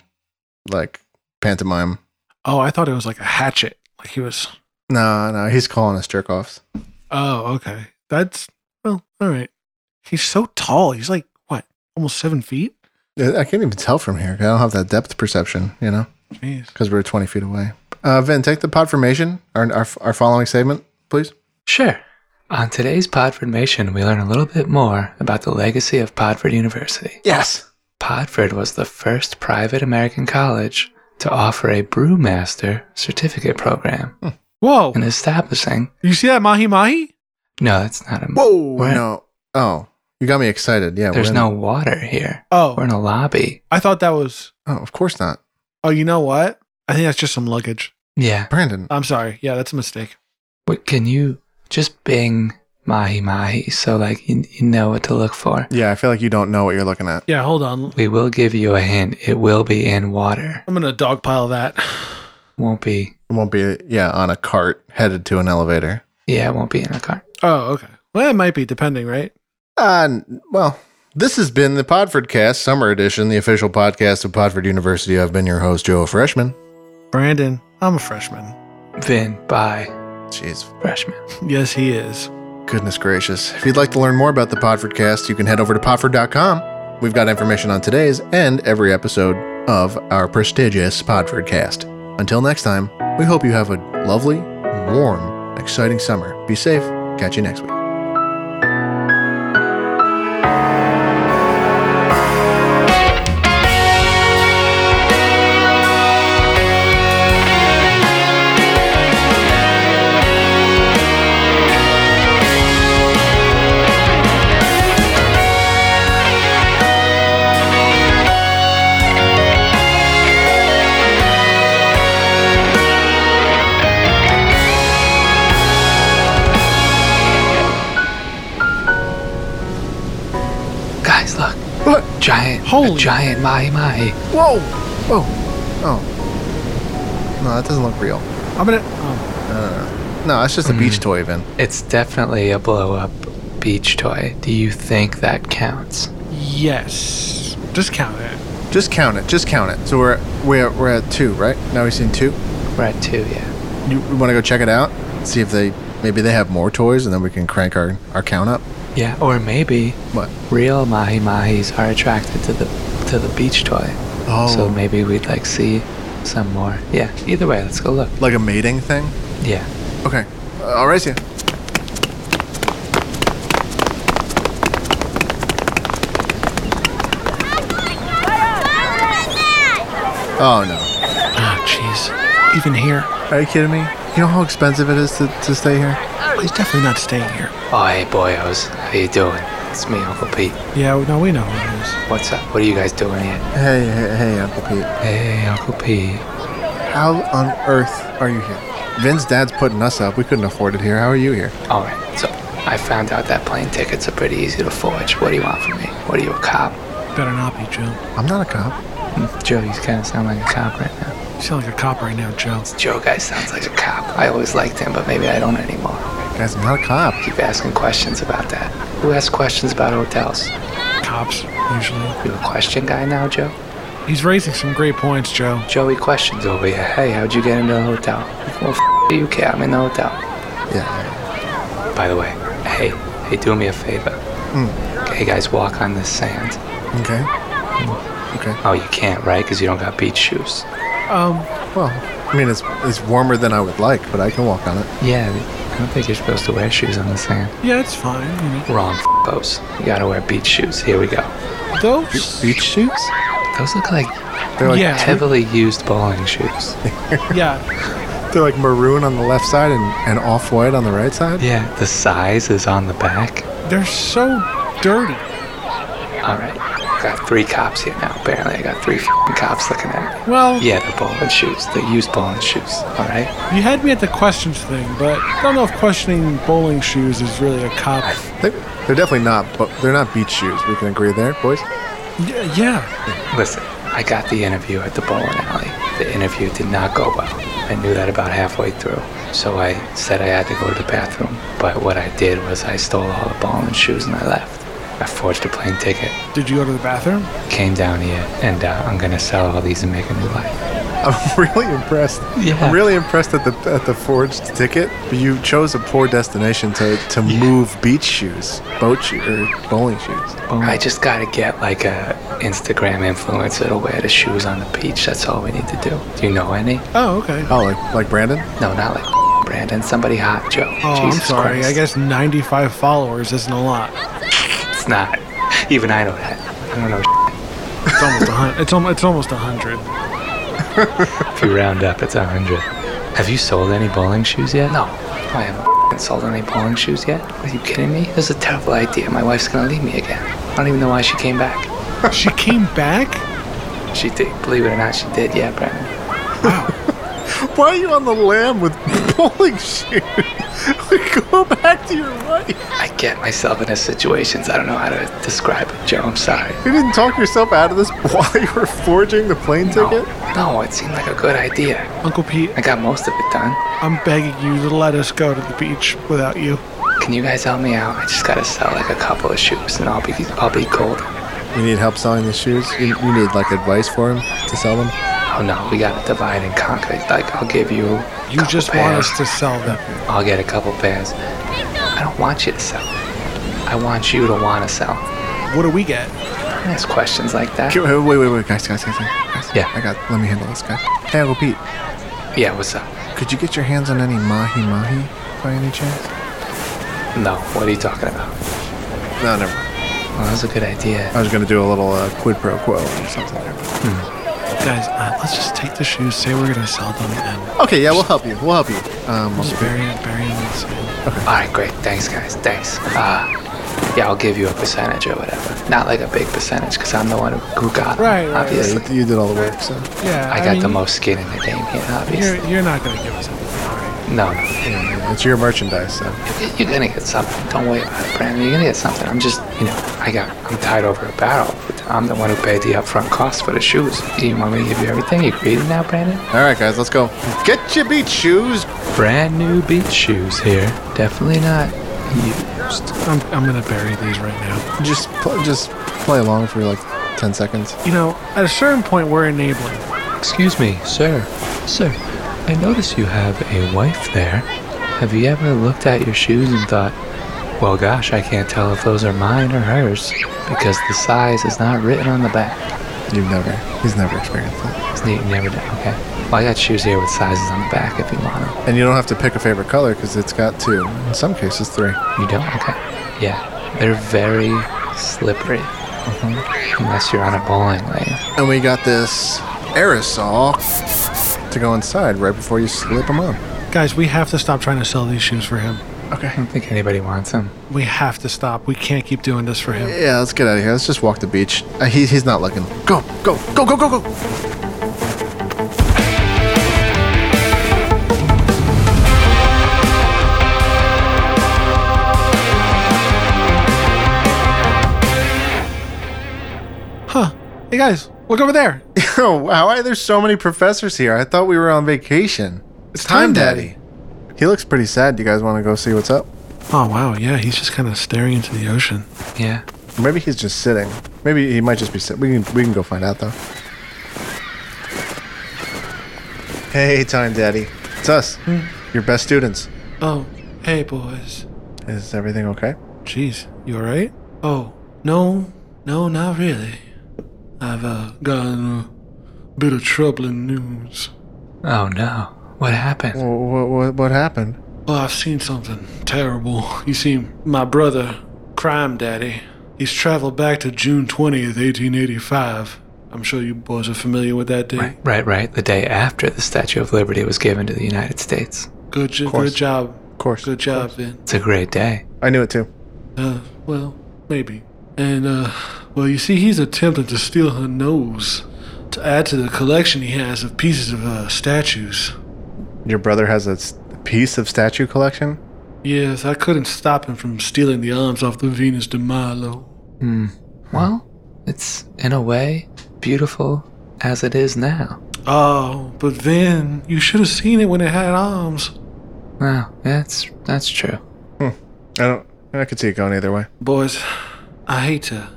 [SPEAKER 2] like pantomime.
[SPEAKER 3] Oh, I thought it was like a hatchet. Like he was.
[SPEAKER 2] No, no, he's calling us jerk offs.
[SPEAKER 3] Oh, okay. That's well. All right. He's so tall. He's like what? Almost seven feet.
[SPEAKER 2] I can't even tell from here. 'cause I don't have that depth perception, you know,
[SPEAKER 3] Jeez.
[SPEAKER 2] because we're 20 feet away. Uh, Vin, take the pod formation, our, our, our following segment, please.
[SPEAKER 4] Sure. On today's Podford Nation, we learn a little bit more about the legacy of Podford University.
[SPEAKER 2] Yes.
[SPEAKER 4] Podford was the first private American college to offer a brewmaster certificate program
[SPEAKER 3] Whoa.
[SPEAKER 4] and establishing.
[SPEAKER 3] You see that mahi mahi?
[SPEAKER 4] No, that's not a.
[SPEAKER 2] Whoa.
[SPEAKER 4] We're-
[SPEAKER 2] No. Oh, you got me excited. Yeah. we're
[SPEAKER 4] There's
[SPEAKER 2] in-
[SPEAKER 4] no water here. We're
[SPEAKER 3] Oh,
[SPEAKER 4] in a lobby.
[SPEAKER 3] I thought that was.
[SPEAKER 2] Oh, of course not.
[SPEAKER 3] Oh, you know what? I think that's just some luggage.
[SPEAKER 4] Yeah.
[SPEAKER 2] Brandon.
[SPEAKER 3] I'm sorry. Yeah, that's a mistake.
[SPEAKER 4] What, can you just bing mahi mahi so like you, you know what to look for?
[SPEAKER 2] Yeah, I feel like you don't know what you're looking at.
[SPEAKER 3] Yeah, hold on.
[SPEAKER 4] We will give you a hint. It will be in water.
[SPEAKER 3] I'm gonna dogpile that.
[SPEAKER 4] Won't be.
[SPEAKER 2] It won't be, yeah, on a cart headed to an elevator.
[SPEAKER 4] Yeah, it won't be in a car.
[SPEAKER 3] Oh, okay. Well, it might be depending, right?
[SPEAKER 2] Uh, n- well, this has been the Podford Cast Summer Edition, the official podcast of Podford University. I've been your host, Joe Freshman.
[SPEAKER 3] Brandon, I'm a freshman.
[SPEAKER 4] Vin, bye.
[SPEAKER 2] Jeez,
[SPEAKER 4] Freshman.
[SPEAKER 3] Yes, he is.
[SPEAKER 2] Goodness gracious. If you'd like to learn more about the Podfordcast, you can head over to podford.com. We've got information on today's and every episode of our prestigious Podfordcast. Until next time, we hope you have a lovely, warm, exciting summer. Be safe. Catch you next week.
[SPEAKER 4] Guys, look.
[SPEAKER 2] What?
[SPEAKER 4] Giant.
[SPEAKER 3] Holy-
[SPEAKER 4] A giant mahi mahi.
[SPEAKER 2] Whoa! Whoa! Oh. No, that doesn't look real.
[SPEAKER 3] I'm gonna. Oh,
[SPEAKER 2] No, that's just a beach toy, Vin.
[SPEAKER 4] It's definitely a blow up beach toy. Do you think that counts?
[SPEAKER 3] yes. Just count it.
[SPEAKER 2] Just count it. Just count it. So we're we're, we're at two, right? Now we've seen two.
[SPEAKER 4] We're at two, yeah.
[SPEAKER 2] You, we want to go check it out, see if they maybe they have more toys, and then we can crank our, our count up.
[SPEAKER 4] Yeah, or maybe
[SPEAKER 2] What?
[SPEAKER 4] real mahi mahis are attracted to the to the beach toy.
[SPEAKER 2] Oh,
[SPEAKER 4] So maybe we'd like see some more. Yeah. Either way, let's go look.
[SPEAKER 2] like a mating thing?
[SPEAKER 4] Yeah.
[SPEAKER 2] Okay, uh, I'll race you. Oh no!
[SPEAKER 3] Ah, jeez. Even here,
[SPEAKER 2] Are you kidding me? You know how expensive it is to, to stay here?
[SPEAKER 3] he's definitely not staying here.
[SPEAKER 4] Oh, hey, boyos. How you doing? It's me, Uncle Pete.
[SPEAKER 3] Yeah, no, we know who it is.
[SPEAKER 4] What's up? What are you guys doing here?
[SPEAKER 2] Hey, hey, hey, Uncle Pete.
[SPEAKER 4] Hey, Uncle Pete.
[SPEAKER 2] How on earth are you here? Vin's dad's putting us up. We couldn't afford it here. How are you here?
[SPEAKER 4] All right. So I found out that plane tickets are pretty easy to forge. What do you want from me? What are you, a cop?
[SPEAKER 3] Better not be, Joe.
[SPEAKER 2] I'm not a cop.
[SPEAKER 4] Hmm? Joe, you kind of sound like a cop right now.
[SPEAKER 3] You sound like a cop right now, Joe.
[SPEAKER 4] Joe guy sounds like a cop. I always liked him, but maybe I don't anymore.
[SPEAKER 2] Guys, I'm not a cop.
[SPEAKER 4] Keep asking questions about that. Who asks questions about hotels?
[SPEAKER 3] Cops, usually.
[SPEAKER 4] You a question guy now, Joe?
[SPEAKER 3] He's raising some great points, Joe.
[SPEAKER 4] Joey questions over here. Hey, how'd you get into the hotel? Well, f- do you care? I'm in the hotel.
[SPEAKER 2] Yeah.
[SPEAKER 4] By the way, hey, hey, do me a favor. Hey guys, walk on this sand.
[SPEAKER 2] Okay. Mm. Okay.
[SPEAKER 4] Oh, you can't, right? Because you don't got beach shoes.
[SPEAKER 3] Um,
[SPEAKER 2] Well, I mean, it's it's warmer than I would like, but I can walk on it.
[SPEAKER 4] Yeah, I don't think you're supposed to wear shoes on the sand.
[SPEAKER 3] yeah, it's fine. You know.
[SPEAKER 4] Wrong f- pose. You gotta wear beach shoes. Here we go.
[SPEAKER 3] Those,
[SPEAKER 2] Beach shoes?
[SPEAKER 4] Those look like
[SPEAKER 2] They're like
[SPEAKER 3] Yeah.
[SPEAKER 4] heavily used bowling shoes.
[SPEAKER 3] yeah,
[SPEAKER 2] they're like maroon on the left side and, and off white on the right side.
[SPEAKER 4] Yeah, the size is on the back.
[SPEAKER 3] they're so dirty.
[SPEAKER 4] All right. I got three cops here now. Apparently, I got three f***ing cops looking at me.
[SPEAKER 3] Well,
[SPEAKER 4] Yeah, the bowling shoes. The used bowling shoes. All right.
[SPEAKER 3] you had me at the questions thing, but I don't know if questioning bowling shoes is really a cop.
[SPEAKER 2] They, they're definitely not, but they're not beach shoes. We can agree there, boys.
[SPEAKER 3] Yeah, yeah.
[SPEAKER 4] Listen, I got the interview at the bowling alley. The interview did not go well. I knew that about halfway through. So I said I had to go to the bathroom. But what I did was I stole all the bowling shoes and I left. I forged a plane ticket,
[SPEAKER 3] Did you go to the bathroom?
[SPEAKER 4] came down here, and uh, I'm gonna sell all these and make a new life.
[SPEAKER 2] I'm really impressed.
[SPEAKER 4] Yeah.
[SPEAKER 2] I'm really impressed at the at the forged ticket. But you chose a poor destination to, to move beach shoes, boat shoes, or bowling shoes.
[SPEAKER 4] I just gotta get like a Instagram influencer to wear the shoes on the beach. That's all we need to do. Do you know any?
[SPEAKER 3] Oh, okay.
[SPEAKER 2] Oh, like, like Brandon?
[SPEAKER 4] No, not like Brandon. Somebody hot, Joe.
[SPEAKER 3] Oh, I'm sorry. I guess 95 followers isn't a lot.
[SPEAKER 4] it's not. Even I know that. I don't know.
[SPEAKER 3] It's almost a hundred. It's, almo- it's almost a hundred.
[SPEAKER 4] If you round up, it's a hundred. Have you sold any bowling shoes yet? No, I haven't f***ing sold any bowling shoes yet. Are you kidding me? This is a terrible idea. My wife's gonna leave me again. I don't even know why she came back.
[SPEAKER 3] She came back.
[SPEAKER 4] She did, believe it or not, she did. Yeah, Brandon.
[SPEAKER 2] Why are you on the lam with bowling shoes? Go back to your wife.
[SPEAKER 4] I get myself into situations I don't know how to describe it, Joe. I'm sorry.
[SPEAKER 2] You didn't talk yourself out of this while you were forging the plane ticket.
[SPEAKER 4] No, no, it seemed like a good idea.
[SPEAKER 3] Uncle Pete,
[SPEAKER 4] I got most of it done.
[SPEAKER 3] I'm begging you to let us go to the beach without you.
[SPEAKER 4] Can you guys help me out? I just gotta sell like a couple of shoes, and I'll be I'll be golden.
[SPEAKER 2] You need help selling these shoes. You, you need like advice for him to sell them.
[SPEAKER 4] Oh no, we gotta divide and conquer. Like I'll give you. a
[SPEAKER 3] You
[SPEAKER 4] couple
[SPEAKER 3] just want
[SPEAKER 4] pairs.
[SPEAKER 3] us to sell them.
[SPEAKER 4] I'll get a couple pairs. I don't want you to sell. I want you to want to sell.
[SPEAKER 3] What do we get?
[SPEAKER 4] Don't ask questions like that.
[SPEAKER 2] Okay, Wait, wait, wait, wait, guys, guys, guys, guys.
[SPEAKER 4] Yeah.
[SPEAKER 2] I got. Let me handle this, guys. Hey, Uncle Pete,
[SPEAKER 4] Yeah, what's up?
[SPEAKER 2] could you get your hands on any mahi mahi by any chance?
[SPEAKER 4] No, what are you talking about?
[SPEAKER 2] No, never. mind.
[SPEAKER 4] Well, that was a good idea.
[SPEAKER 2] I was gonna do a little uh, quid pro quo or something. There.
[SPEAKER 3] Guys, uh, let's just take the shoes, say we're gonna sell them, and
[SPEAKER 2] Okay, yeah, we'll help you. We'll help you. Um,
[SPEAKER 3] just bury it, bury it in the sand.
[SPEAKER 4] All right, great. Thanks, guys. Thanks. Uh, yeah, I'll give you a percentage or whatever. Not like a big percentage, because I'm the one who got 'em,
[SPEAKER 3] Right, right,
[SPEAKER 2] yeah,
[SPEAKER 4] obviously.
[SPEAKER 2] you, you did all the work, so
[SPEAKER 3] Yeah,
[SPEAKER 4] I got
[SPEAKER 3] mean,
[SPEAKER 4] the most skin in the game here, obviously.
[SPEAKER 3] You're, you're not gonna give us anything.
[SPEAKER 4] No, no.
[SPEAKER 2] yeah, it's your merchandise. So
[SPEAKER 4] You're gonna get something. Don't worry about it, Brandon. You're gonna get something. I'm just, you know, I got, I'm tied over a barrel. I'm the one who paid the upfront cost for the shoes. You want me to give you everything? You created now, Brandon?
[SPEAKER 2] all right, guys, let's go. Get your beach shoes.
[SPEAKER 4] Brand new beach shoes here. Definitely not used.
[SPEAKER 3] I'm, I'm gonna bury these right now.
[SPEAKER 2] Just, pl- just play along for like ten seconds.
[SPEAKER 3] You know, at a certain point, we're enabling.
[SPEAKER 4] Excuse me, sir. Sir, I notice you have a wife there. Have you ever looked at your shoes and thought, well, gosh, I can't tell if those are mine or hers because the size is not written on the back?
[SPEAKER 2] You've never, he's never experienced that.
[SPEAKER 4] It's neat and everything. Okay. Well, I got shoes here with sizes on the back if you want them.
[SPEAKER 2] And you don't have to pick a favorite color because it's got two. In some cases, three.
[SPEAKER 4] You don't? Okay. Yeah. They're very slippery. Mm-hmm. Unless you're on a bowling lane.
[SPEAKER 2] And we got this aerosol to go inside right before you slip them on.
[SPEAKER 3] Guys, we have to stop trying to sell these shoes for him.
[SPEAKER 4] I don't think anybody wants them.
[SPEAKER 3] We have to stop. We can't keep doing this for him.
[SPEAKER 2] Yeah, let's get out of here. Let's just walk the beach. Uh, he, he's not looking. Go, go, go, go, go, go.
[SPEAKER 3] Hey guys, look over there.
[SPEAKER 2] Oh, wow. Why are there so many professors here? I thought we were on vacation. It's
[SPEAKER 3] time, Daddy.
[SPEAKER 2] He looks pretty sad. Do you guys want to go see what's up?
[SPEAKER 3] Oh wow, yeah, he's just kind of staring into the ocean.
[SPEAKER 4] Yeah.
[SPEAKER 2] Maybe he's just sitting. Maybe he might just be sitting. We can, we can go find out, though. Hey, Time Daddy. It's us, your best students.
[SPEAKER 3] Oh, hey boys.
[SPEAKER 2] Is everything okay?
[SPEAKER 3] Jeez, you all right? Oh no, no, not really. I've uh, gotten a bit of troubling news.
[SPEAKER 4] Oh no. What happened?
[SPEAKER 2] What, what, what happened?
[SPEAKER 3] Well, Oh, I've seen something terrible. You see, my brother, Crime Daddy, he's traveled back to June 20th, 1885. I'm sure you boys are familiar with that date.
[SPEAKER 4] Right, right, right. The day after the Statue of Liberty was given to the United States.
[SPEAKER 3] Good, jo-
[SPEAKER 2] course.
[SPEAKER 3] good job.
[SPEAKER 2] Of course.
[SPEAKER 3] Good job, Ben.
[SPEAKER 4] It's a great day.
[SPEAKER 2] I knew it, too.
[SPEAKER 3] Uh, well, maybe. And, uh, Well, you see, he's attempting to steal her nose to add to the collection he has of pieces of uh, statues.
[SPEAKER 2] Your brother has a s- piece of statue collection?
[SPEAKER 3] Yes, I couldn't stop him from stealing the arms off the Venus de Milo.
[SPEAKER 9] Hmm. Well, it's in a way beautiful as it is now.
[SPEAKER 3] Oh, but then you should have seen it when it had arms.
[SPEAKER 9] Wow, that's that's true.
[SPEAKER 2] I don't. I could see it going either way.
[SPEAKER 3] Boys, I hate to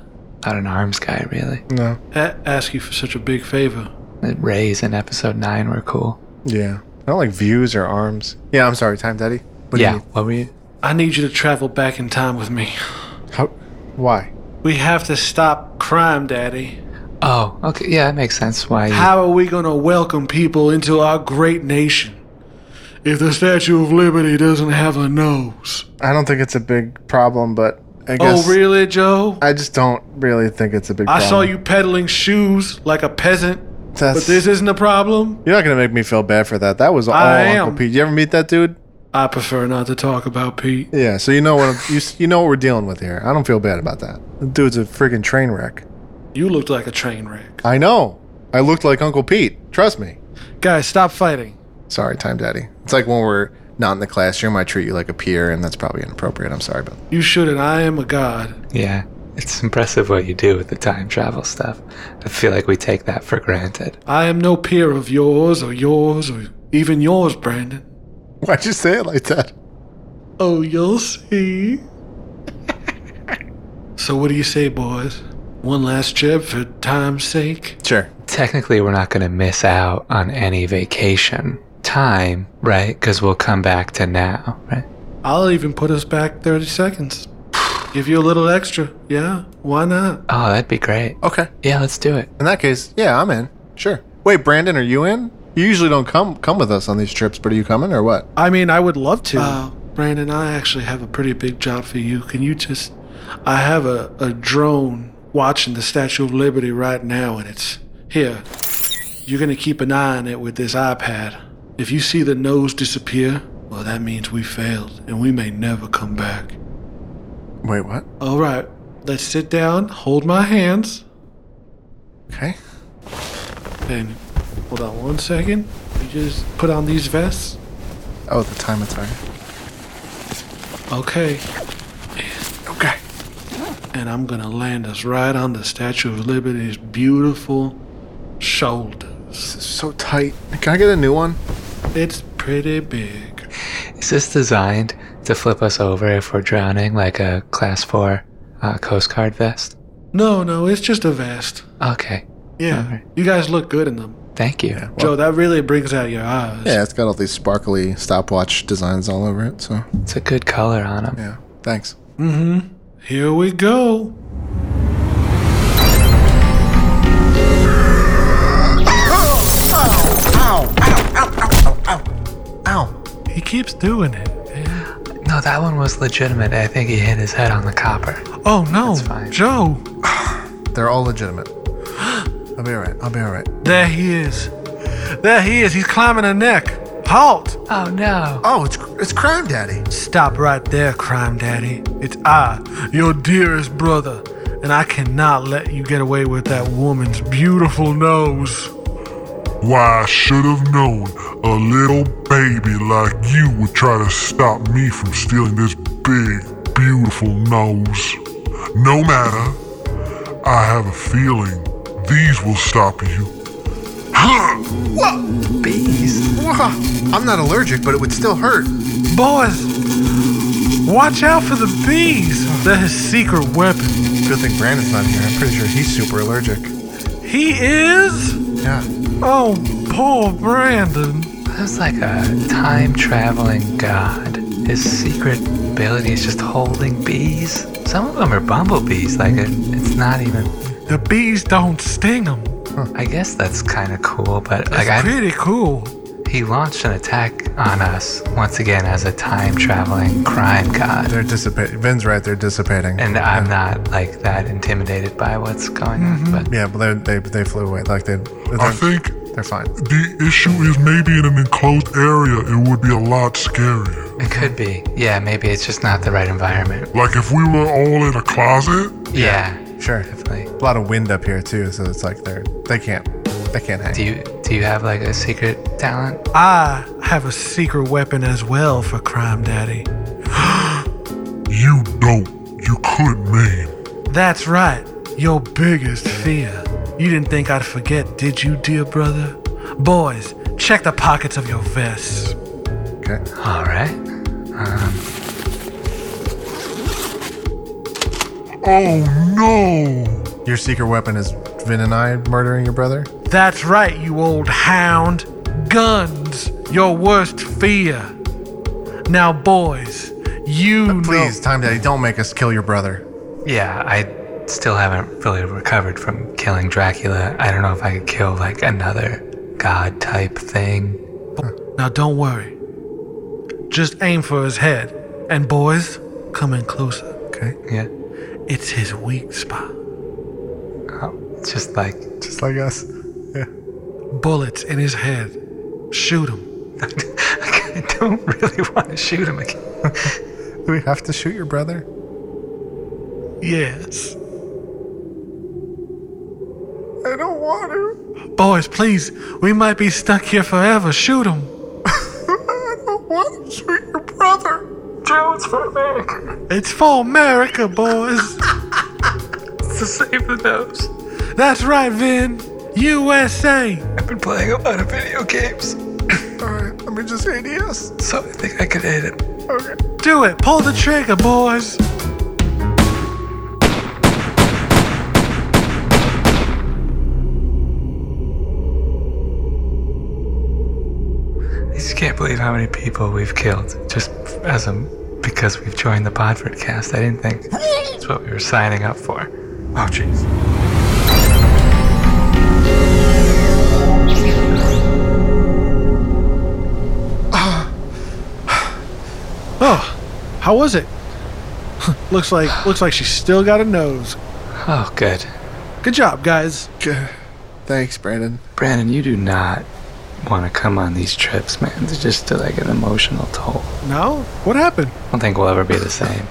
[SPEAKER 9] Not an arms guy, really.
[SPEAKER 2] No.
[SPEAKER 3] a- ask you for such a big favor.
[SPEAKER 9] The rays in episode nine were cool.
[SPEAKER 2] Yeah. I don't like views or arms. Yeah, I'm sorry. Time, Daddy. What do you
[SPEAKER 9] yeah.
[SPEAKER 2] mean?
[SPEAKER 9] What were you?
[SPEAKER 3] I need you to travel back in time with me.
[SPEAKER 2] How, why?
[SPEAKER 3] We have to stop crime, Daddy.
[SPEAKER 9] Oh, okay. Yeah, that makes sense. Why? you-
[SPEAKER 3] How are we going to welcome people into our great nation if the Statue of Liberty doesn't have a nose?
[SPEAKER 2] I don't think it's a big problem, but I guess.
[SPEAKER 3] Oh, really, Joe?
[SPEAKER 2] I just don't really think it's a big
[SPEAKER 3] I
[SPEAKER 2] problem.
[SPEAKER 3] saw you peddling shoes like a peasant,
[SPEAKER 2] That's,
[SPEAKER 3] but this isn't a problem.
[SPEAKER 2] You're not going to make me feel bad for that. That was all
[SPEAKER 3] I
[SPEAKER 2] Uncle
[SPEAKER 3] am.
[SPEAKER 2] Pete. You ever meet that dude?
[SPEAKER 3] I prefer not to talk about Pete.
[SPEAKER 2] Yeah, so you know what I'm- you, s- you know what we're dealing with here. I don't feel bad about that. The dude's a freaking train wreck.
[SPEAKER 3] You looked like a train wreck.
[SPEAKER 2] I know. I looked like Uncle Pete. Trust me.
[SPEAKER 3] Guys, stop fighting.
[SPEAKER 2] Sorry, time daddy. It's like when we're not in the classroom, I treat you like a peer, and that's probably inappropriate. I'm sorry, but
[SPEAKER 3] You shouldn't. I am a god.
[SPEAKER 9] Yeah, it's impressive what you do with the time travel stuff. I feel like we take that for granted.
[SPEAKER 3] I am no peer of yours or yours or even yours, Brandon.
[SPEAKER 2] why'd you say it like that?
[SPEAKER 3] Oh, you'll see. so, what do you say, boys? One last trip for time's sake?
[SPEAKER 2] Sure.
[SPEAKER 9] Technically, we're not going to miss out on any vacation time, right? Because we'll come back to now, right?
[SPEAKER 3] I'll even put us back 30 seconds. Give you a little extra. Yeah, why not?
[SPEAKER 9] Oh, that'd be great.
[SPEAKER 2] Okay.
[SPEAKER 9] Yeah, let's do it.
[SPEAKER 2] In that case, yeah, I'm in. Sure. Wait, Brandon, are you in? You usually don't come come with us on these trips, but are you coming or what?
[SPEAKER 3] I mean, I would love to. Uh, Brandon, I actually have a pretty big job for you. Can you just. I have a, a drone watching the Statue of Liberty right now, and it's here. You're going to keep an eye on it with this iPad. If you see the nose disappear, well, that means we failed, and we may never come back.
[SPEAKER 2] Wait, what?
[SPEAKER 3] All right, let's sit down, hold my hands,
[SPEAKER 2] Okay.
[SPEAKER 3] and hold on one second. You just put on these vests.
[SPEAKER 2] Oh, the time attack.
[SPEAKER 3] Okay.
[SPEAKER 2] Okay.
[SPEAKER 3] and I'm gonna land us right on the Statue of Liberty's beautiful shoulders.
[SPEAKER 2] So tight. Can I get a new one?
[SPEAKER 3] It's pretty big.
[SPEAKER 9] Is this designed to flip us over if we're drowning, like a class four uh, Coast Guard vest?
[SPEAKER 3] No, no, it's just a vest.
[SPEAKER 9] Okay,
[SPEAKER 3] Yeah,
[SPEAKER 9] Alright.
[SPEAKER 3] you guys look good in them.
[SPEAKER 9] thank you.
[SPEAKER 3] Joe, that really brings out your eyes.
[SPEAKER 2] Yeah, it's got all these sparkly stopwatch designs all over it. So
[SPEAKER 9] It's a good color on them.
[SPEAKER 2] yeah, thanks.
[SPEAKER 3] Here we go.
[SPEAKER 2] Ow.
[SPEAKER 3] He keeps doing it. man.
[SPEAKER 9] No, that one was legitimate. I think he hit his head on the copper.
[SPEAKER 3] Oh no,
[SPEAKER 9] That's fine.
[SPEAKER 3] Joe!
[SPEAKER 2] They're all legitimate. I'll be all right. I'll be all right.
[SPEAKER 3] There he is. There he is. He's climbing a neck. Halt!
[SPEAKER 9] Oh no!
[SPEAKER 2] Oh, it's it's Crime Daddy.
[SPEAKER 3] Stop right there, crime daddy. It's I, your dearest brother, and I cannot let you get away with that woman's beautiful nose.
[SPEAKER 10] Why, I should have known a little baby like you would try to stop me from stealing this big, beautiful nose. No matter, I have a feeling these will stop you.
[SPEAKER 2] I'm not allergic, but it would still hurt.
[SPEAKER 3] Boys, watch out for the bees. They're his secret weapon.
[SPEAKER 2] Good thing Brandon's not here. I'm pretty sure he's super allergic.
[SPEAKER 3] He is?
[SPEAKER 2] Yeah.
[SPEAKER 3] Oh, poor Brandon.
[SPEAKER 9] That's like a time traveling god. His secret ability is just holding bees. Some of them are bumblebees. Like it, it's not even.
[SPEAKER 3] The bees don't sting him.
[SPEAKER 9] I guess that's kind of cool, but like
[SPEAKER 3] It's
[SPEAKER 9] I,
[SPEAKER 3] pretty cool.
[SPEAKER 9] he launched an attack on us once again as a time traveling crime god,
[SPEAKER 2] They're dissipating. Ben's right. They're dissipating.
[SPEAKER 9] and I'm not like that intimidated by what's going on. But
[SPEAKER 2] yeah, but they they they flew away. Like they. They're,
[SPEAKER 10] I think
[SPEAKER 2] they're fine.
[SPEAKER 10] the issue is maybe in an enclosed area, it would be a lot scarier.
[SPEAKER 9] it could be. Yeah, maybe it's just not the right environment.
[SPEAKER 10] Like if we were all in a closet,
[SPEAKER 9] Yeah.
[SPEAKER 2] Sure.
[SPEAKER 4] Definitely.
[SPEAKER 2] A lot of wind up here too, so it's like they're they can't they can't hang.
[SPEAKER 4] Do you do you have like a secret talent?
[SPEAKER 3] I have a secret weapon as well for Crime Daddy.
[SPEAKER 10] You don't. You couldn't name.
[SPEAKER 3] That's right, your biggest fear. You didn't think I'd forget, did you, dear brother? Boys, check the pockets of your vests.
[SPEAKER 2] Okay.
[SPEAKER 4] All right. Um,
[SPEAKER 10] Oh no!
[SPEAKER 2] Your secret weapon is Vin and I murdering your brother?
[SPEAKER 3] That's right, you old hound. Guns, your worst fear. Now, boys, you know-
[SPEAKER 2] Please, Time Daddy, don't make us kill your brother.
[SPEAKER 4] yeah, I still haven't really recovered from killing Dracula. I don't know if I could kill like another god type thing.
[SPEAKER 3] Now, don't worry. Just aim for his head. And, boys, come in closer.
[SPEAKER 2] Okay.
[SPEAKER 4] Yeah.
[SPEAKER 3] It's his weak spot.
[SPEAKER 4] Oh, just like
[SPEAKER 2] Just like us. Yeah.
[SPEAKER 3] Bullets in his head. Shoot him.
[SPEAKER 4] I don't really want to shoot him again.
[SPEAKER 2] Do we have to shoot your brother?
[SPEAKER 3] Yes.
[SPEAKER 2] I don't want to.
[SPEAKER 3] Boys, please, we might be stuck here forever. Shoot him.
[SPEAKER 2] I don't want to shoot your brother.
[SPEAKER 4] Jones for America
[SPEAKER 3] It's for America, boys.
[SPEAKER 4] to save the nose.
[SPEAKER 3] That's right, Vin. USA.
[SPEAKER 4] I've been playing a lot of video games,
[SPEAKER 2] All right, let me just ADS.
[SPEAKER 4] so I think I could hit him.
[SPEAKER 3] Do it. Pull the trigger, boys.
[SPEAKER 4] I just can't believe how many people we've killed just as a because we've joined the Podford cast. I didn't think that's what we were signing up for. Oh, jeez.
[SPEAKER 3] Oh, Ah. how was it? looks like looks like she still got a nose.
[SPEAKER 4] Oh, good.
[SPEAKER 3] Good job, guys.
[SPEAKER 2] Thanks, Brandon.
[SPEAKER 4] Brandon, you do not want to come on these trips, man. It's just uh, like an emotional toll.
[SPEAKER 3] No, what happened,
[SPEAKER 4] I don't think we'll ever be the same.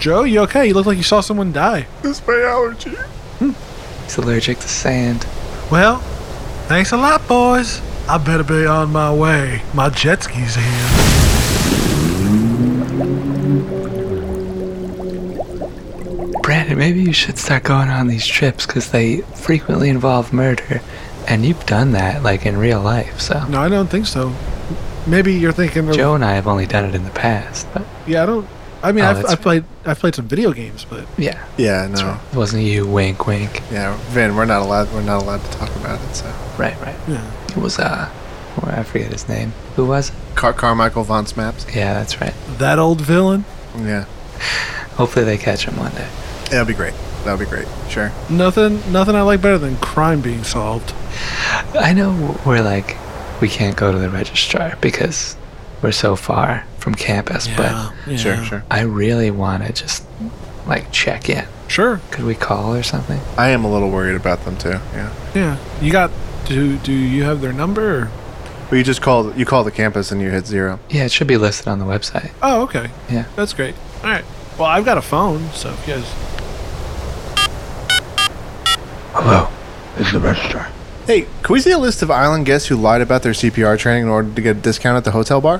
[SPEAKER 3] Joe? You okay? You look like you saw someone die.
[SPEAKER 2] This my allergy.
[SPEAKER 4] He's allergic to sand.
[SPEAKER 3] Well, thanks a lot, boys. I better be on my way. My jet ski's here.
[SPEAKER 4] Brandon, maybe you should start going on these trips because they frequently involve murder, and you've done that like in real life. So
[SPEAKER 3] No, I don't think so. Maybe you're thinking of
[SPEAKER 4] Joe and I have only done it in the past, but
[SPEAKER 3] yeah. I don't. I mean,
[SPEAKER 4] Oh,
[SPEAKER 3] I've,
[SPEAKER 4] that's-
[SPEAKER 3] I've played I've played some video games, but
[SPEAKER 4] yeah,
[SPEAKER 2] Yeah, no.
[SPEAKER 4] it wasn't you. Wink, wink.
[SPEAKER 2] Yeah, Vin, we're not allowed. We're not allowed to talk about it. So,
[SPEAKER 4] Right, right.
[SPEAKER 3] yeah.
[SPEAKER 4] It was uh, well, I forget his name. Who was it?
[SPEAKER 2] Car- Carmichael Vaughn's maps.
[SPEAKER 4] Yeah, that's right.
[SPEAKER 3] that old villain.
[SPEAKER 2] Yeah,
[SPEAKER 4] Hopefully they catch him one day.
[SPEAKER 2] that'd be great. That'd be great. Sure.
[SPEAKER 3] Nothing nothing I like better than crime being solved.
[SPEAKER 4] I know we're like, we can't go to the registrar because we're so far from campus, but
[SPEAKER 2] Sure. Sure.
[SPEAKER 4] I really want to just like check in.
[SPEAKER 3] Sure.
[SPEAKER 4] Could we call or something?
[SPEAKER 2] I am a little worried about them too. Yeah.
[SPEAKER 3] Yeah. You got do do you have their number? Or?
[SPEAKER 2] But you just called. You called the campus and you hit zero.
[SPEAKER 4] Yeah, it should be listed on the website.
[SPEAKER 3] Oh, okay.
[SPEAKER 4] Yeah.
[SPEAKER 3] That's great. All right. Well, I've got a phone, so if you guys.
[SPEAKER 4] Hello.
[SPEAKER 8] It's the registrar.
[SPEAKER 2] Hey, can we see a list of island guests who lied about their CPR training in order to get a discount at the hotel bar?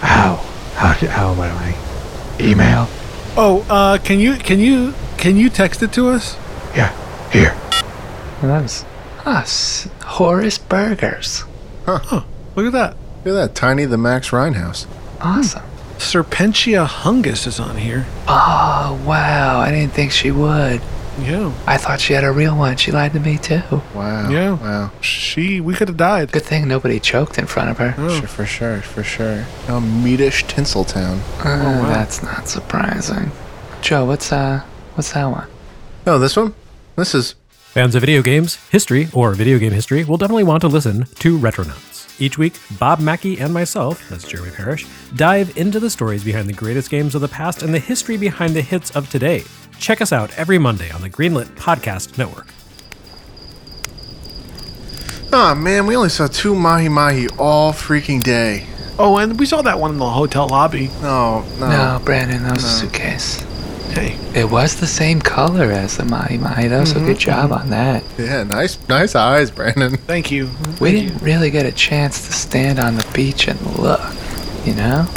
[SPEAKER 8] How? How? How am I? Email?
[SPEAKER 3] Oh, uh, can you can you can you text it to us?
[SPEAKER 8] Yeah. Here.
[SPEAKER 4] Well, that was us. Ah, Horace Burgers.
[SPEAKER 3] Look at that.
[SPEAKER 2] Look at that, Tiny the Max Rhinehouse.
[SPEAKER 4] Awesome.
[SPEAKER 3] Serpentia hungus is on here.
[SPEAKER 4] Oh, wow. I didn't think she would.
[SPEAKER 3] Yeah.
[SPEAKER 4] I thought she had a real one. She lied to me, too.
[SPEAKER 2] Wow.
[SPEAKER 3] Yeah.
[SPEAKER 2] Oh, Wow.
[SPEAKER 3] She. We could have died.
[SPEAKER 4] Good thing nobody choked in front of her.
[SPEAKER 3] Oh.
[SPEAKER 2] Sure, for sure, for sure. Now, Meatish Tinseltown.
[SPEAKER 4] Uh,
[SPEAKER 3] Oh,
[SPEAKER 4] That's not surprising. Joe, what's uh, what's that one?
[SPEAKER 2] Oh, this one? This is
[SPEAKER 11] Fans of video games, history, or video game history will definitely want to listen to Retronauts. Each week, Bob Mackey and myself, that's Jeremy Parrish, dive into the stories behind the greatest games of the past and the history behind the hits of today. Check us out every Monday on the Greenlit Podcast Network.
[SPEAKER 2] Oh man, we only saw two mahi mahi all freaking day.
[SPEAKER 3] Oh, and we saw that one in the hotel lobby.
[SPEAKER 2] No, no.
[SPEAKER 4] No, Oh, Brandon, that was a suitcase.
[SPEAKER 3] Uh, Hey,
[SPEAKER 4] It was the same color as the Mahi Mahi, though, so good
[SPEAKER 3] Mm-hmm.
[SPEAKER 4] job on that.
[SPEAKER 2] Yeah, nice, nice eyes, Brandon.
[SPEAKER 3] thank you.
[SPEAKER 4] We didn't really get a chance to stand on the beach and look, you know?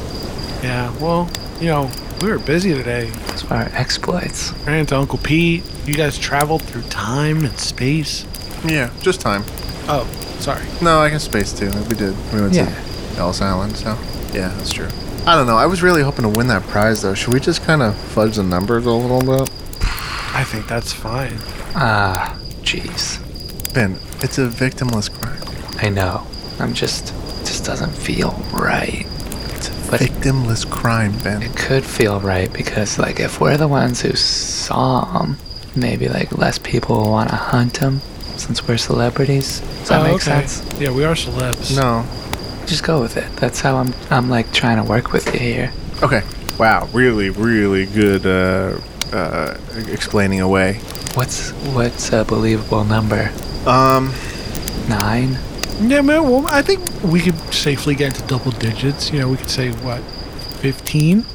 [SPEAKER 3] Yeah, well, you know, we were busy today.
[SPEAKER 4] That's why our exploits.
[SPEAKER 3] Ran to Uncle Pete. You guys traveled through time and space.
[SPEAKER 2] Yeah, just time.
[SPEAKER 3] Oh, sorry.
[SPEAKER 2] No, I can space too. We did. We went
[SPEAKER 4] Yeah.
[SPEAKER 2] to Ellis Island, so yeah, that's true. I don't know. I was really hoping to win that prize though. Should we just kind of fudge the numbers a little bit?
[SPEAKER 3] I think that's fine.
[SPEAKER 4] Ah, jeez.
[SPEAKER 2] Ben, it's a victimless crime.
[SPEAKER 4] I know. I'm just, just doesn't feel right.
[SPEAKER 2] It's a
[SPEAKER 4] But it-
[SPEAKER 2] victimless crime, Ben.
[SPEAKER 4] It could feel right because, like, if we're the ones who saw them, maybe like less people will want to hunt them since we're celebrities. Does that
[SPEAKER 3] Oh,
[SPEAKER 4] make
[SPEAKER 3] okay.
[SPEAKER 4] sense?
[SPEAKER 3] Yeah, we are celebs.
[SPEAKER 2] No.
[SPEAKER 4] Just go with it. That's how I'm. I'm like trying to work with you here.
[SPEAKER 2] Okay. Wow. Really, really good uh, uh, explaining away.
[SPEAKER 4] What's what's a believable number?
[SPEAKER 2] Um.
[SPEAKER 4] Nine.
[SPEAKER 3] Yeah, man. Well, I think we could safely get into double digits. You know, we could say what, fifteen?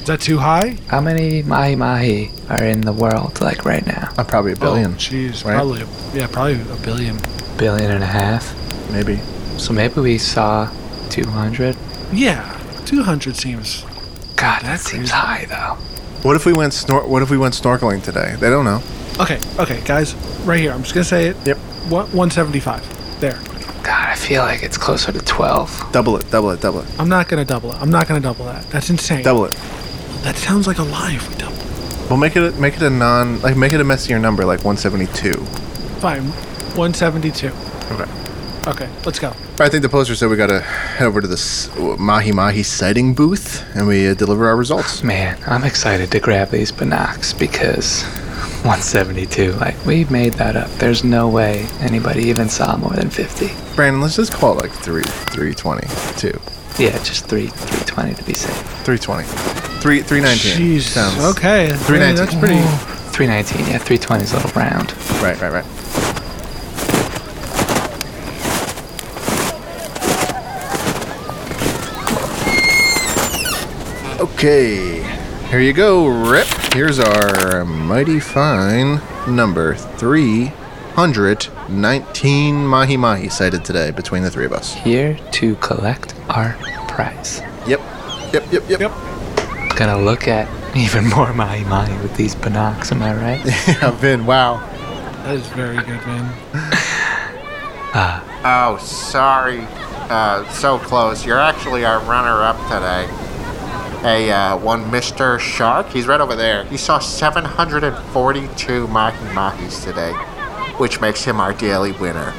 [SPEAKER 3] Is that too high? Oh,
[SPEAKER 4] How many mahi mahi are in the world like right now?
[SPEAKER 2] Uh, probably a billion,
[SPEAKER 3] Oh, jeez,
[SPEAKER 2] right?
[SPEAKER 3] probably. Yeah, probably a billion.
[SPEAKER 4] Billion and a half.
[SPEAKER 2] maybe.
[SPEAKER 4] So maybe we saw two hundred.
[SPEAKER 3] Yeah, two hundred seems.
[SPEAKER 4] God, that
[SPEAKER 3] That's
[SPEAKER 4] seems
[SPEAKER 3] crazy.
[SPEAKER 4] high though.
[SPEAKER 2] What if we went snor- What if we went snorkeling today? They don't know.
[SPEAKER 3] Okay, okay, guys, right here. I'm just gonna say it.
[SPEAKER 2] Yep.
[SPEAKER 3] One one seventy five. There.
[SPEAKER 4] God, I feel like it's closer to twelve.
[SPEAKER 2] Double it. Double it. Double it.
[SPEAKER 3] I'm not gonna double it. I'm not gonna double that. That's insane.
[SPEAKER 2] Double it.
[SPEAKER 3] That sounds like a lie if we double.
[SPEAKER 2] Well, make it a, make it a non like make it a messier number like 172.
[SPEAKER 3] Fine. One seventy two.
[SPEAKER 2] Okay.
[SPEAKER 3] Okay, let's go.
[SPEAKER 2] I think the poster said we gotta head over to this uh, Mahi Mahi sighting booth and we uh, deliver our results.
[SPEAKER 4] Man, I'm excited to grab these binocs because 172, like, we made that up. There's no way anybody even saw more than 50.
[SPEAKER 2] Brandon, let's just call it like three, three twenty, two,
[SPEAKER 4] Yeah, just 3, 320 to be safe.
[SPEAKER 2] three twenty, three, three nineteen.
[SPEAKER 3] Jeez. Okay. I mean, That's
[SPEAKER 2] 319.
[SPEAKER 3] pretty.
[SPEAKER 4] 319, yeah, 320 is a little round.
[SPEAKER 2] Right, right, right. Okay, here you go, Rip. Here's our mighty fine number 319 Mahi Mahi sighted today between the three of us.
[SPEAKER 4] Here to collect our prize.
[SPEAKER 2] Yep, yep, yep, yep.
[SPEAKER 3] Yep.
[SPEAKER 4] Gonna look at even more Mahi Mahi with these binocs, am I right?
[SPEAKER 2] Yeah, Vin, wow.
[SPEAKER 3] That is very good, man.
[SPEAKER 12] Oh, sorry. Uh, so close. You're actually our runner up today. A uh, one Mr. Shark. He's right over there. He saw 742 Mahi Mahis today, which makes him our daily winner.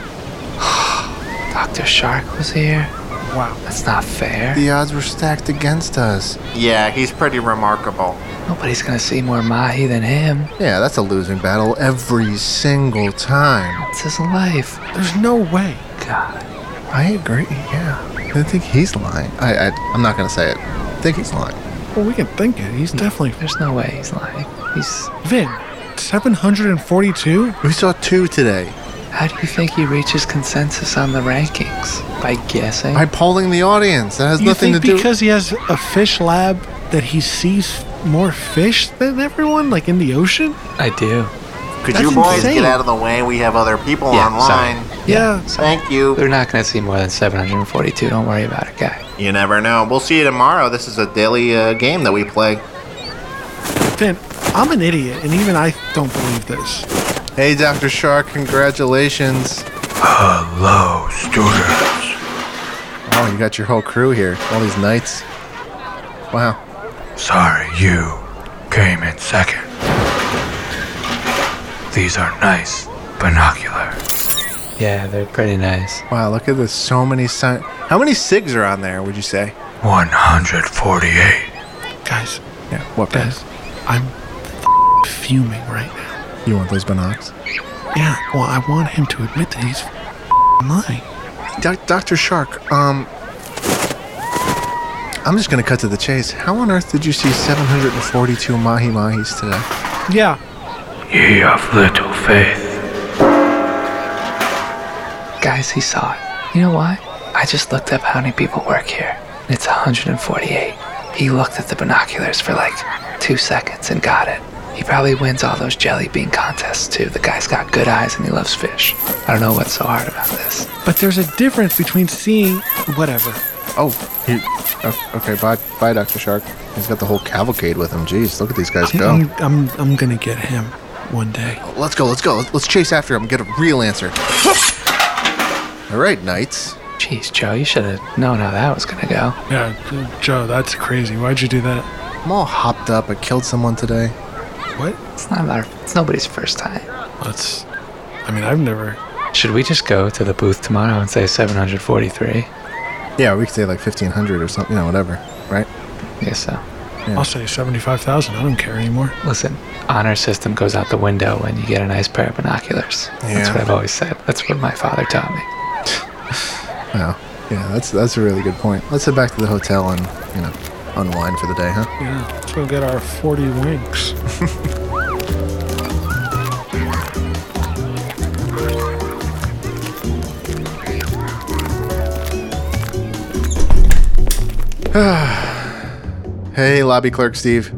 [SPEAKER 4] Dr. Shark was here.
[SPEAKER 3] Wow.
[SPEAKER 4] That's not fair.
[SPEAKER 2] The odds were stacked against us.
[SPEAKER 12] Yeah, he's pretty remarkable.
[SPEAKER 4] Nobody's gonna see more Mahi than him.
[SPEAKER 2] Yeah, that's a losing battle every single time.
[SPEAKER 4] It's his life.
[SPEAKER 3] There's no way.
[SPEAKER 4] God.
[SPEAKER 2] I agree. Yeah, I think he's lying. I, I I'm not gonna say it. I think he's lying.
[SPEAKER 3] Well, we can think it. He's definitely
[SPEAKER 4] There's no way he's lying. He's.
[SPEAKER 3] Vin. Seven hundred and forty-two.
[SPEAKER 2] We saw two today
[SPEAKER 4] How do you think he reaches consensus on the rankings? By guessing?
[SPEAKER 2] by polling the audience. That has
[SPEAKER 3] You
[SPEAKER 2] nothing
[SPEAKER 3] think
[SPEAKER 2] to do.
[SPEAKER 3] because he has a fish lab that he sees more fish than everyone, like in the ocean?
[SPEAKER 4] I do.
[SPEAKER 12] Could
[SPEAKER 3] That's
[SPEAKER 12] you boys
[SPEAKER 3] insane.
[SPEAKER 12] get out of the way? We have other people
[SPEAKER 4] Yeah,
[SPEAKER 12] online.
[SPEAKER 3] Yeah.
[SPEAKER 12] Thank you.
[SPEAKER 4] They're not going to see more than 742. Don't worry about it, guy.
[SPEAKER 12] You never know. We'll see you tomorrow. This is a daily uh, game that we play.
[SPEAKER 3] Vin, I'm an idiot, and even I don't believe this.
[SPEAKER 2] hey, Doctor Shark, congratulations!
[SPEAKER 10] Hello, students.
[SPEAKER 2] Oh, you got your whole crew here. All these knights. Wow.
[SPEAKER 10] Sorry you came in second. These are nice binoculars.
[SPEAKER 4] Yeah, they're pretty nice.
[SPEAKER 2] Wow. Look at this. So many sign. How many sigs are on there? Would you say?
[SPEAKER 10] 148.
[SPEAKER 3] Guys,
[SPEAKER 2] Yeah. What
[SPEAKER 3] guys,
[SPEAKER 2] guys?
[SPEAKER 3] I'm fuming right now.
[SPEAKER 2] You want those binocs?
[SPEAKER 3] Yeah, well, I want him to admit that he's lying.
[SPEAKER 2] Doctor Shark. Um. I'm just gonna cut to the chase. How on earth did you see 742 mahi mahis today?
[SPEAKER 3] Yeah.
[SPEAKER 10] Ye of little faith.
[SPEAKER 4] Guys, he saw it. You know why? I just looked up how many people work here. and It's 148. He looked at the binoculars for like two seconds and got it. He probably wins all those jelly bean contests too. The guy's got good eyes and he loves fish. I don't know what's so hard about this.
[SPEAKER 3] But there's a difference between seeing whatever.
[SPEAKER 2] Oh, he. o- Okay, bye, bye, Doctor Shark. He's got the whole cavalcade with him. Jeez, look at these guys go.
[SPEAKER 3] I'm, I'm, I'm gonna get him one day.
[SPEAKER 2] Let's go, let's go. Let's chase after him. Get a real answer. All right, knights.
[SPEAKER 4] Jeez, Joe, you should have known how that was gonna go.
[SPEAKER 3] Yeah, J- Joe, that's crazy. Why'd you do that?
[SPEAKER 2] I'm all hopped up. I killed someone today.
[SPEAKER 3] What?
[SPEAKER 4] It's not our. It's nobody's first time.
[SPEAKER 3] That's. I mean, I've never.
[SPEAKER 4] Should we just go to the booth tomorrow and say 743?
[SPEAKER 2] Yeah, we could say like 1500 or something, you know, whatever, right?
[SPEAKER 4] Yes, so.
[SPEAKER 2] Yeah.
[SPEAKER 3] I'll say 75,000. I don't care anymore.
[SPEAKER 4] Listen, honor system goes out the window when you get a nice pair of binoculars. That's
[SPEAKER 2] Yeah.
[SPEAKER 4] what I've always said. That's what my father taught me.
[SPEAKER 2] Wow. Yeah, that's that's a really good point. Let's head back to the hotel and, you know, unwind for the day, huh?
[SPEAKER 3] Yeah, let's go get our 40 winks.
[SPEAKER 2] Hey, lobby clerk Steve.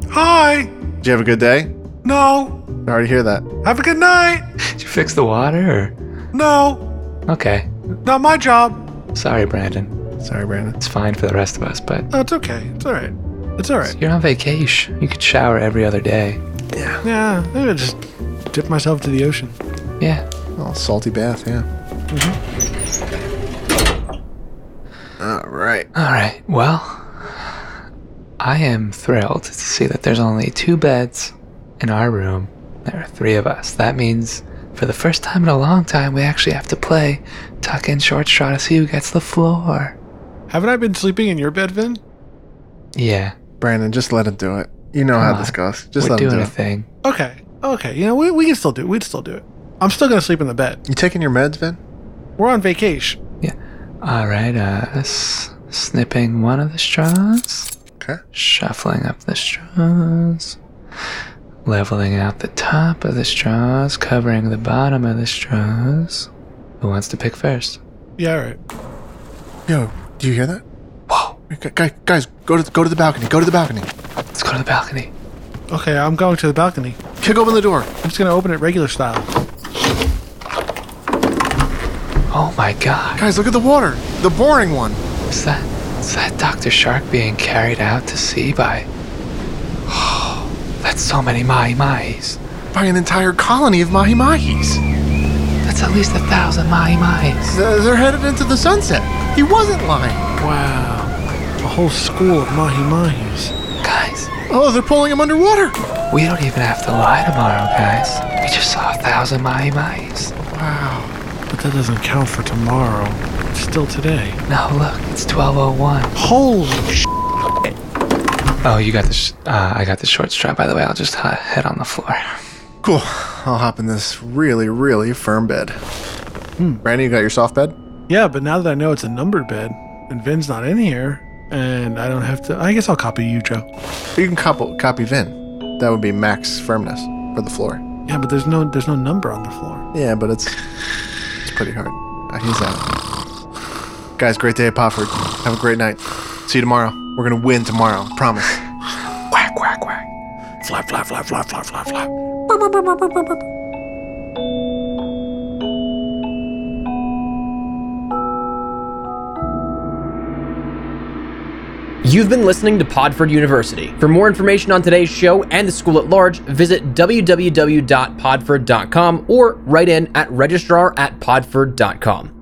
[SPEAKER 2] Did
[SPEAKER 3] Hi!
[SPEAKER 2] you have a good day?
[SPEAKER 3] No!
[SPEAKER 2] I already hear that.
[SPEAKER 3] Have a good night!
[SPEAKER 4] Did you fix the water?
[SPEAKER 3] No!
[SPEAKER 4] Or? Okay.
[SPEAKER 3] Not my job!
[SPEAKER 4] Sorry, Brandon.
[SPEAKER 2] Sorry, Brandon.
[SPEAKER 4] It's fine for the rest of us, but
[SPEAKER 3] No, it's okay. It's alright. It's alright.
[SPEAKER 4] you're on vacation. You could shower every other day.
[SPEAKER 3] Yeah, I'm gonna just dip myself to the ocean.
[SPEAKER 4] Yeah.
[SPEAKER 2] Oh, salty bath, yeah. Mm-hmm. All right.
[SPEAKER 4] All right. Well, I am thrilled to see that there's only two beds in our room. There are three of us. That means for the first time in a long time, we actually have to play tuck in short straw to see who gets the floor.
[SPEAKER 3] Haven't I been sleeping in your bed, Vin?
[SPEAKER 4] Yeah.
[SPEAKER 2] Brandon, just let him do it. You know
[SPEAKER 4] Come
[SPEAKER 2] how
[SPEAKER 4] on.
[SPEAKER 2] this goes. Just
[SPEAKER 4] we're
[SPEAKER 2] let him
[SPEAKER 4] doing
[SPEAKER 2] do
[SPEAKER 4] a
[SPEAKER 2] it.
[SPEAKER 4] thing.
[SPEAKER 3] Okay, okay. You know, we, we can still do it. We'd still do it. I'm still gonna sleep in the bed.
[SPEAKER 2] You taking your meds, Ben?
[SPEAKER 3] We're on vacation.
[SPEAKER 4] All right. Uh, s- snipping one of the straws,
[SPEAKER 2] Okay.
[SPEAKER 4] shuffling up the straws, leveling out the top of the straws, covering the bottom of the straws. Who wants to pick first?
[SPEAKER 3] Yeah, alright.
[SPEAKER 2] Yo, do you hear that?
[SPEAKER 4] Whoa.
[SPEAKER 2] Okay, guy- Guys, go to go to the balcony. Go to the balcony.
[SPEAKER 4] Let's go to the balcony.
[SPEAKER 3] Okay, I'm going to the balcony.
[SPEAKER 2] Kick open the door.
[SPEAKER 3] I'm just gonna open it regular style.
[SPEAKER 4] Oh my god.
[SPEAKER 2] Guys, look at the water. The boring one.
[SPEAKER 4] Is that is that Dr. Shark being carried out to sea by Oh, that's so many Mahi Mahis.
[SPEAKER 2] By an entire colony of mahi mahis.
[SPEAKER 4] That's at least a thousand Mahi Mahis.
[SPEAKER 2] Th- They're headed into the sunset. He wasn't lying.
[SPEAKER 3] Wow. A whole school of mahi mahis.
[SPEAKER 4] Guys,
[SPEAKER 2] Oh, they're pulling him underwater.
[SPEAKER 4] we don't even have to lie tomorrow, guys. We just saw a thousand Mahi Mahis.
[SPEAKER 3] But that doesn't count for tomorrow. It's still today.
[SPEAKER 4] No, look, it's 1201.
[SPEAKER 3] Holy sh!
[SPEAKER 4] Oh, you got the sh- uh, I got the short strap, by the way. I'll just uh, head on the floor.
[SPEAKER 2] Cool. I'll hop in this really, really firm bed. Hmm. Brandon, you got your soft bed?
[SPEAKER 3] Yeah, but now that I know it's a numbered bed, and Vin's not in here, and I don't have to. I guess I'll copy you, Joe.
[SPEAKER 2] You can copy, copy Vin. That would be max firmness for the floor.
[SPEAKER 3] Yeah, but there's no there's no number on the floor.
[SPEAKER 2] Yeah, but it's it's pretty hard. Uh, he's out. Guys, great day at Pofford. Have a great night. See you tomorrow. We're gonna win tomorrow. Promise.
[SPEAKER 4] Quack, quack, quack.
[SPEAKER 3] Fly, fly, fly, fly, fly, fly, fly.
[SPEAKER 1] You've been listening to Podford University. For more information on today's show and the school at large, visit www.podford.com or write in at registrar at podford.com.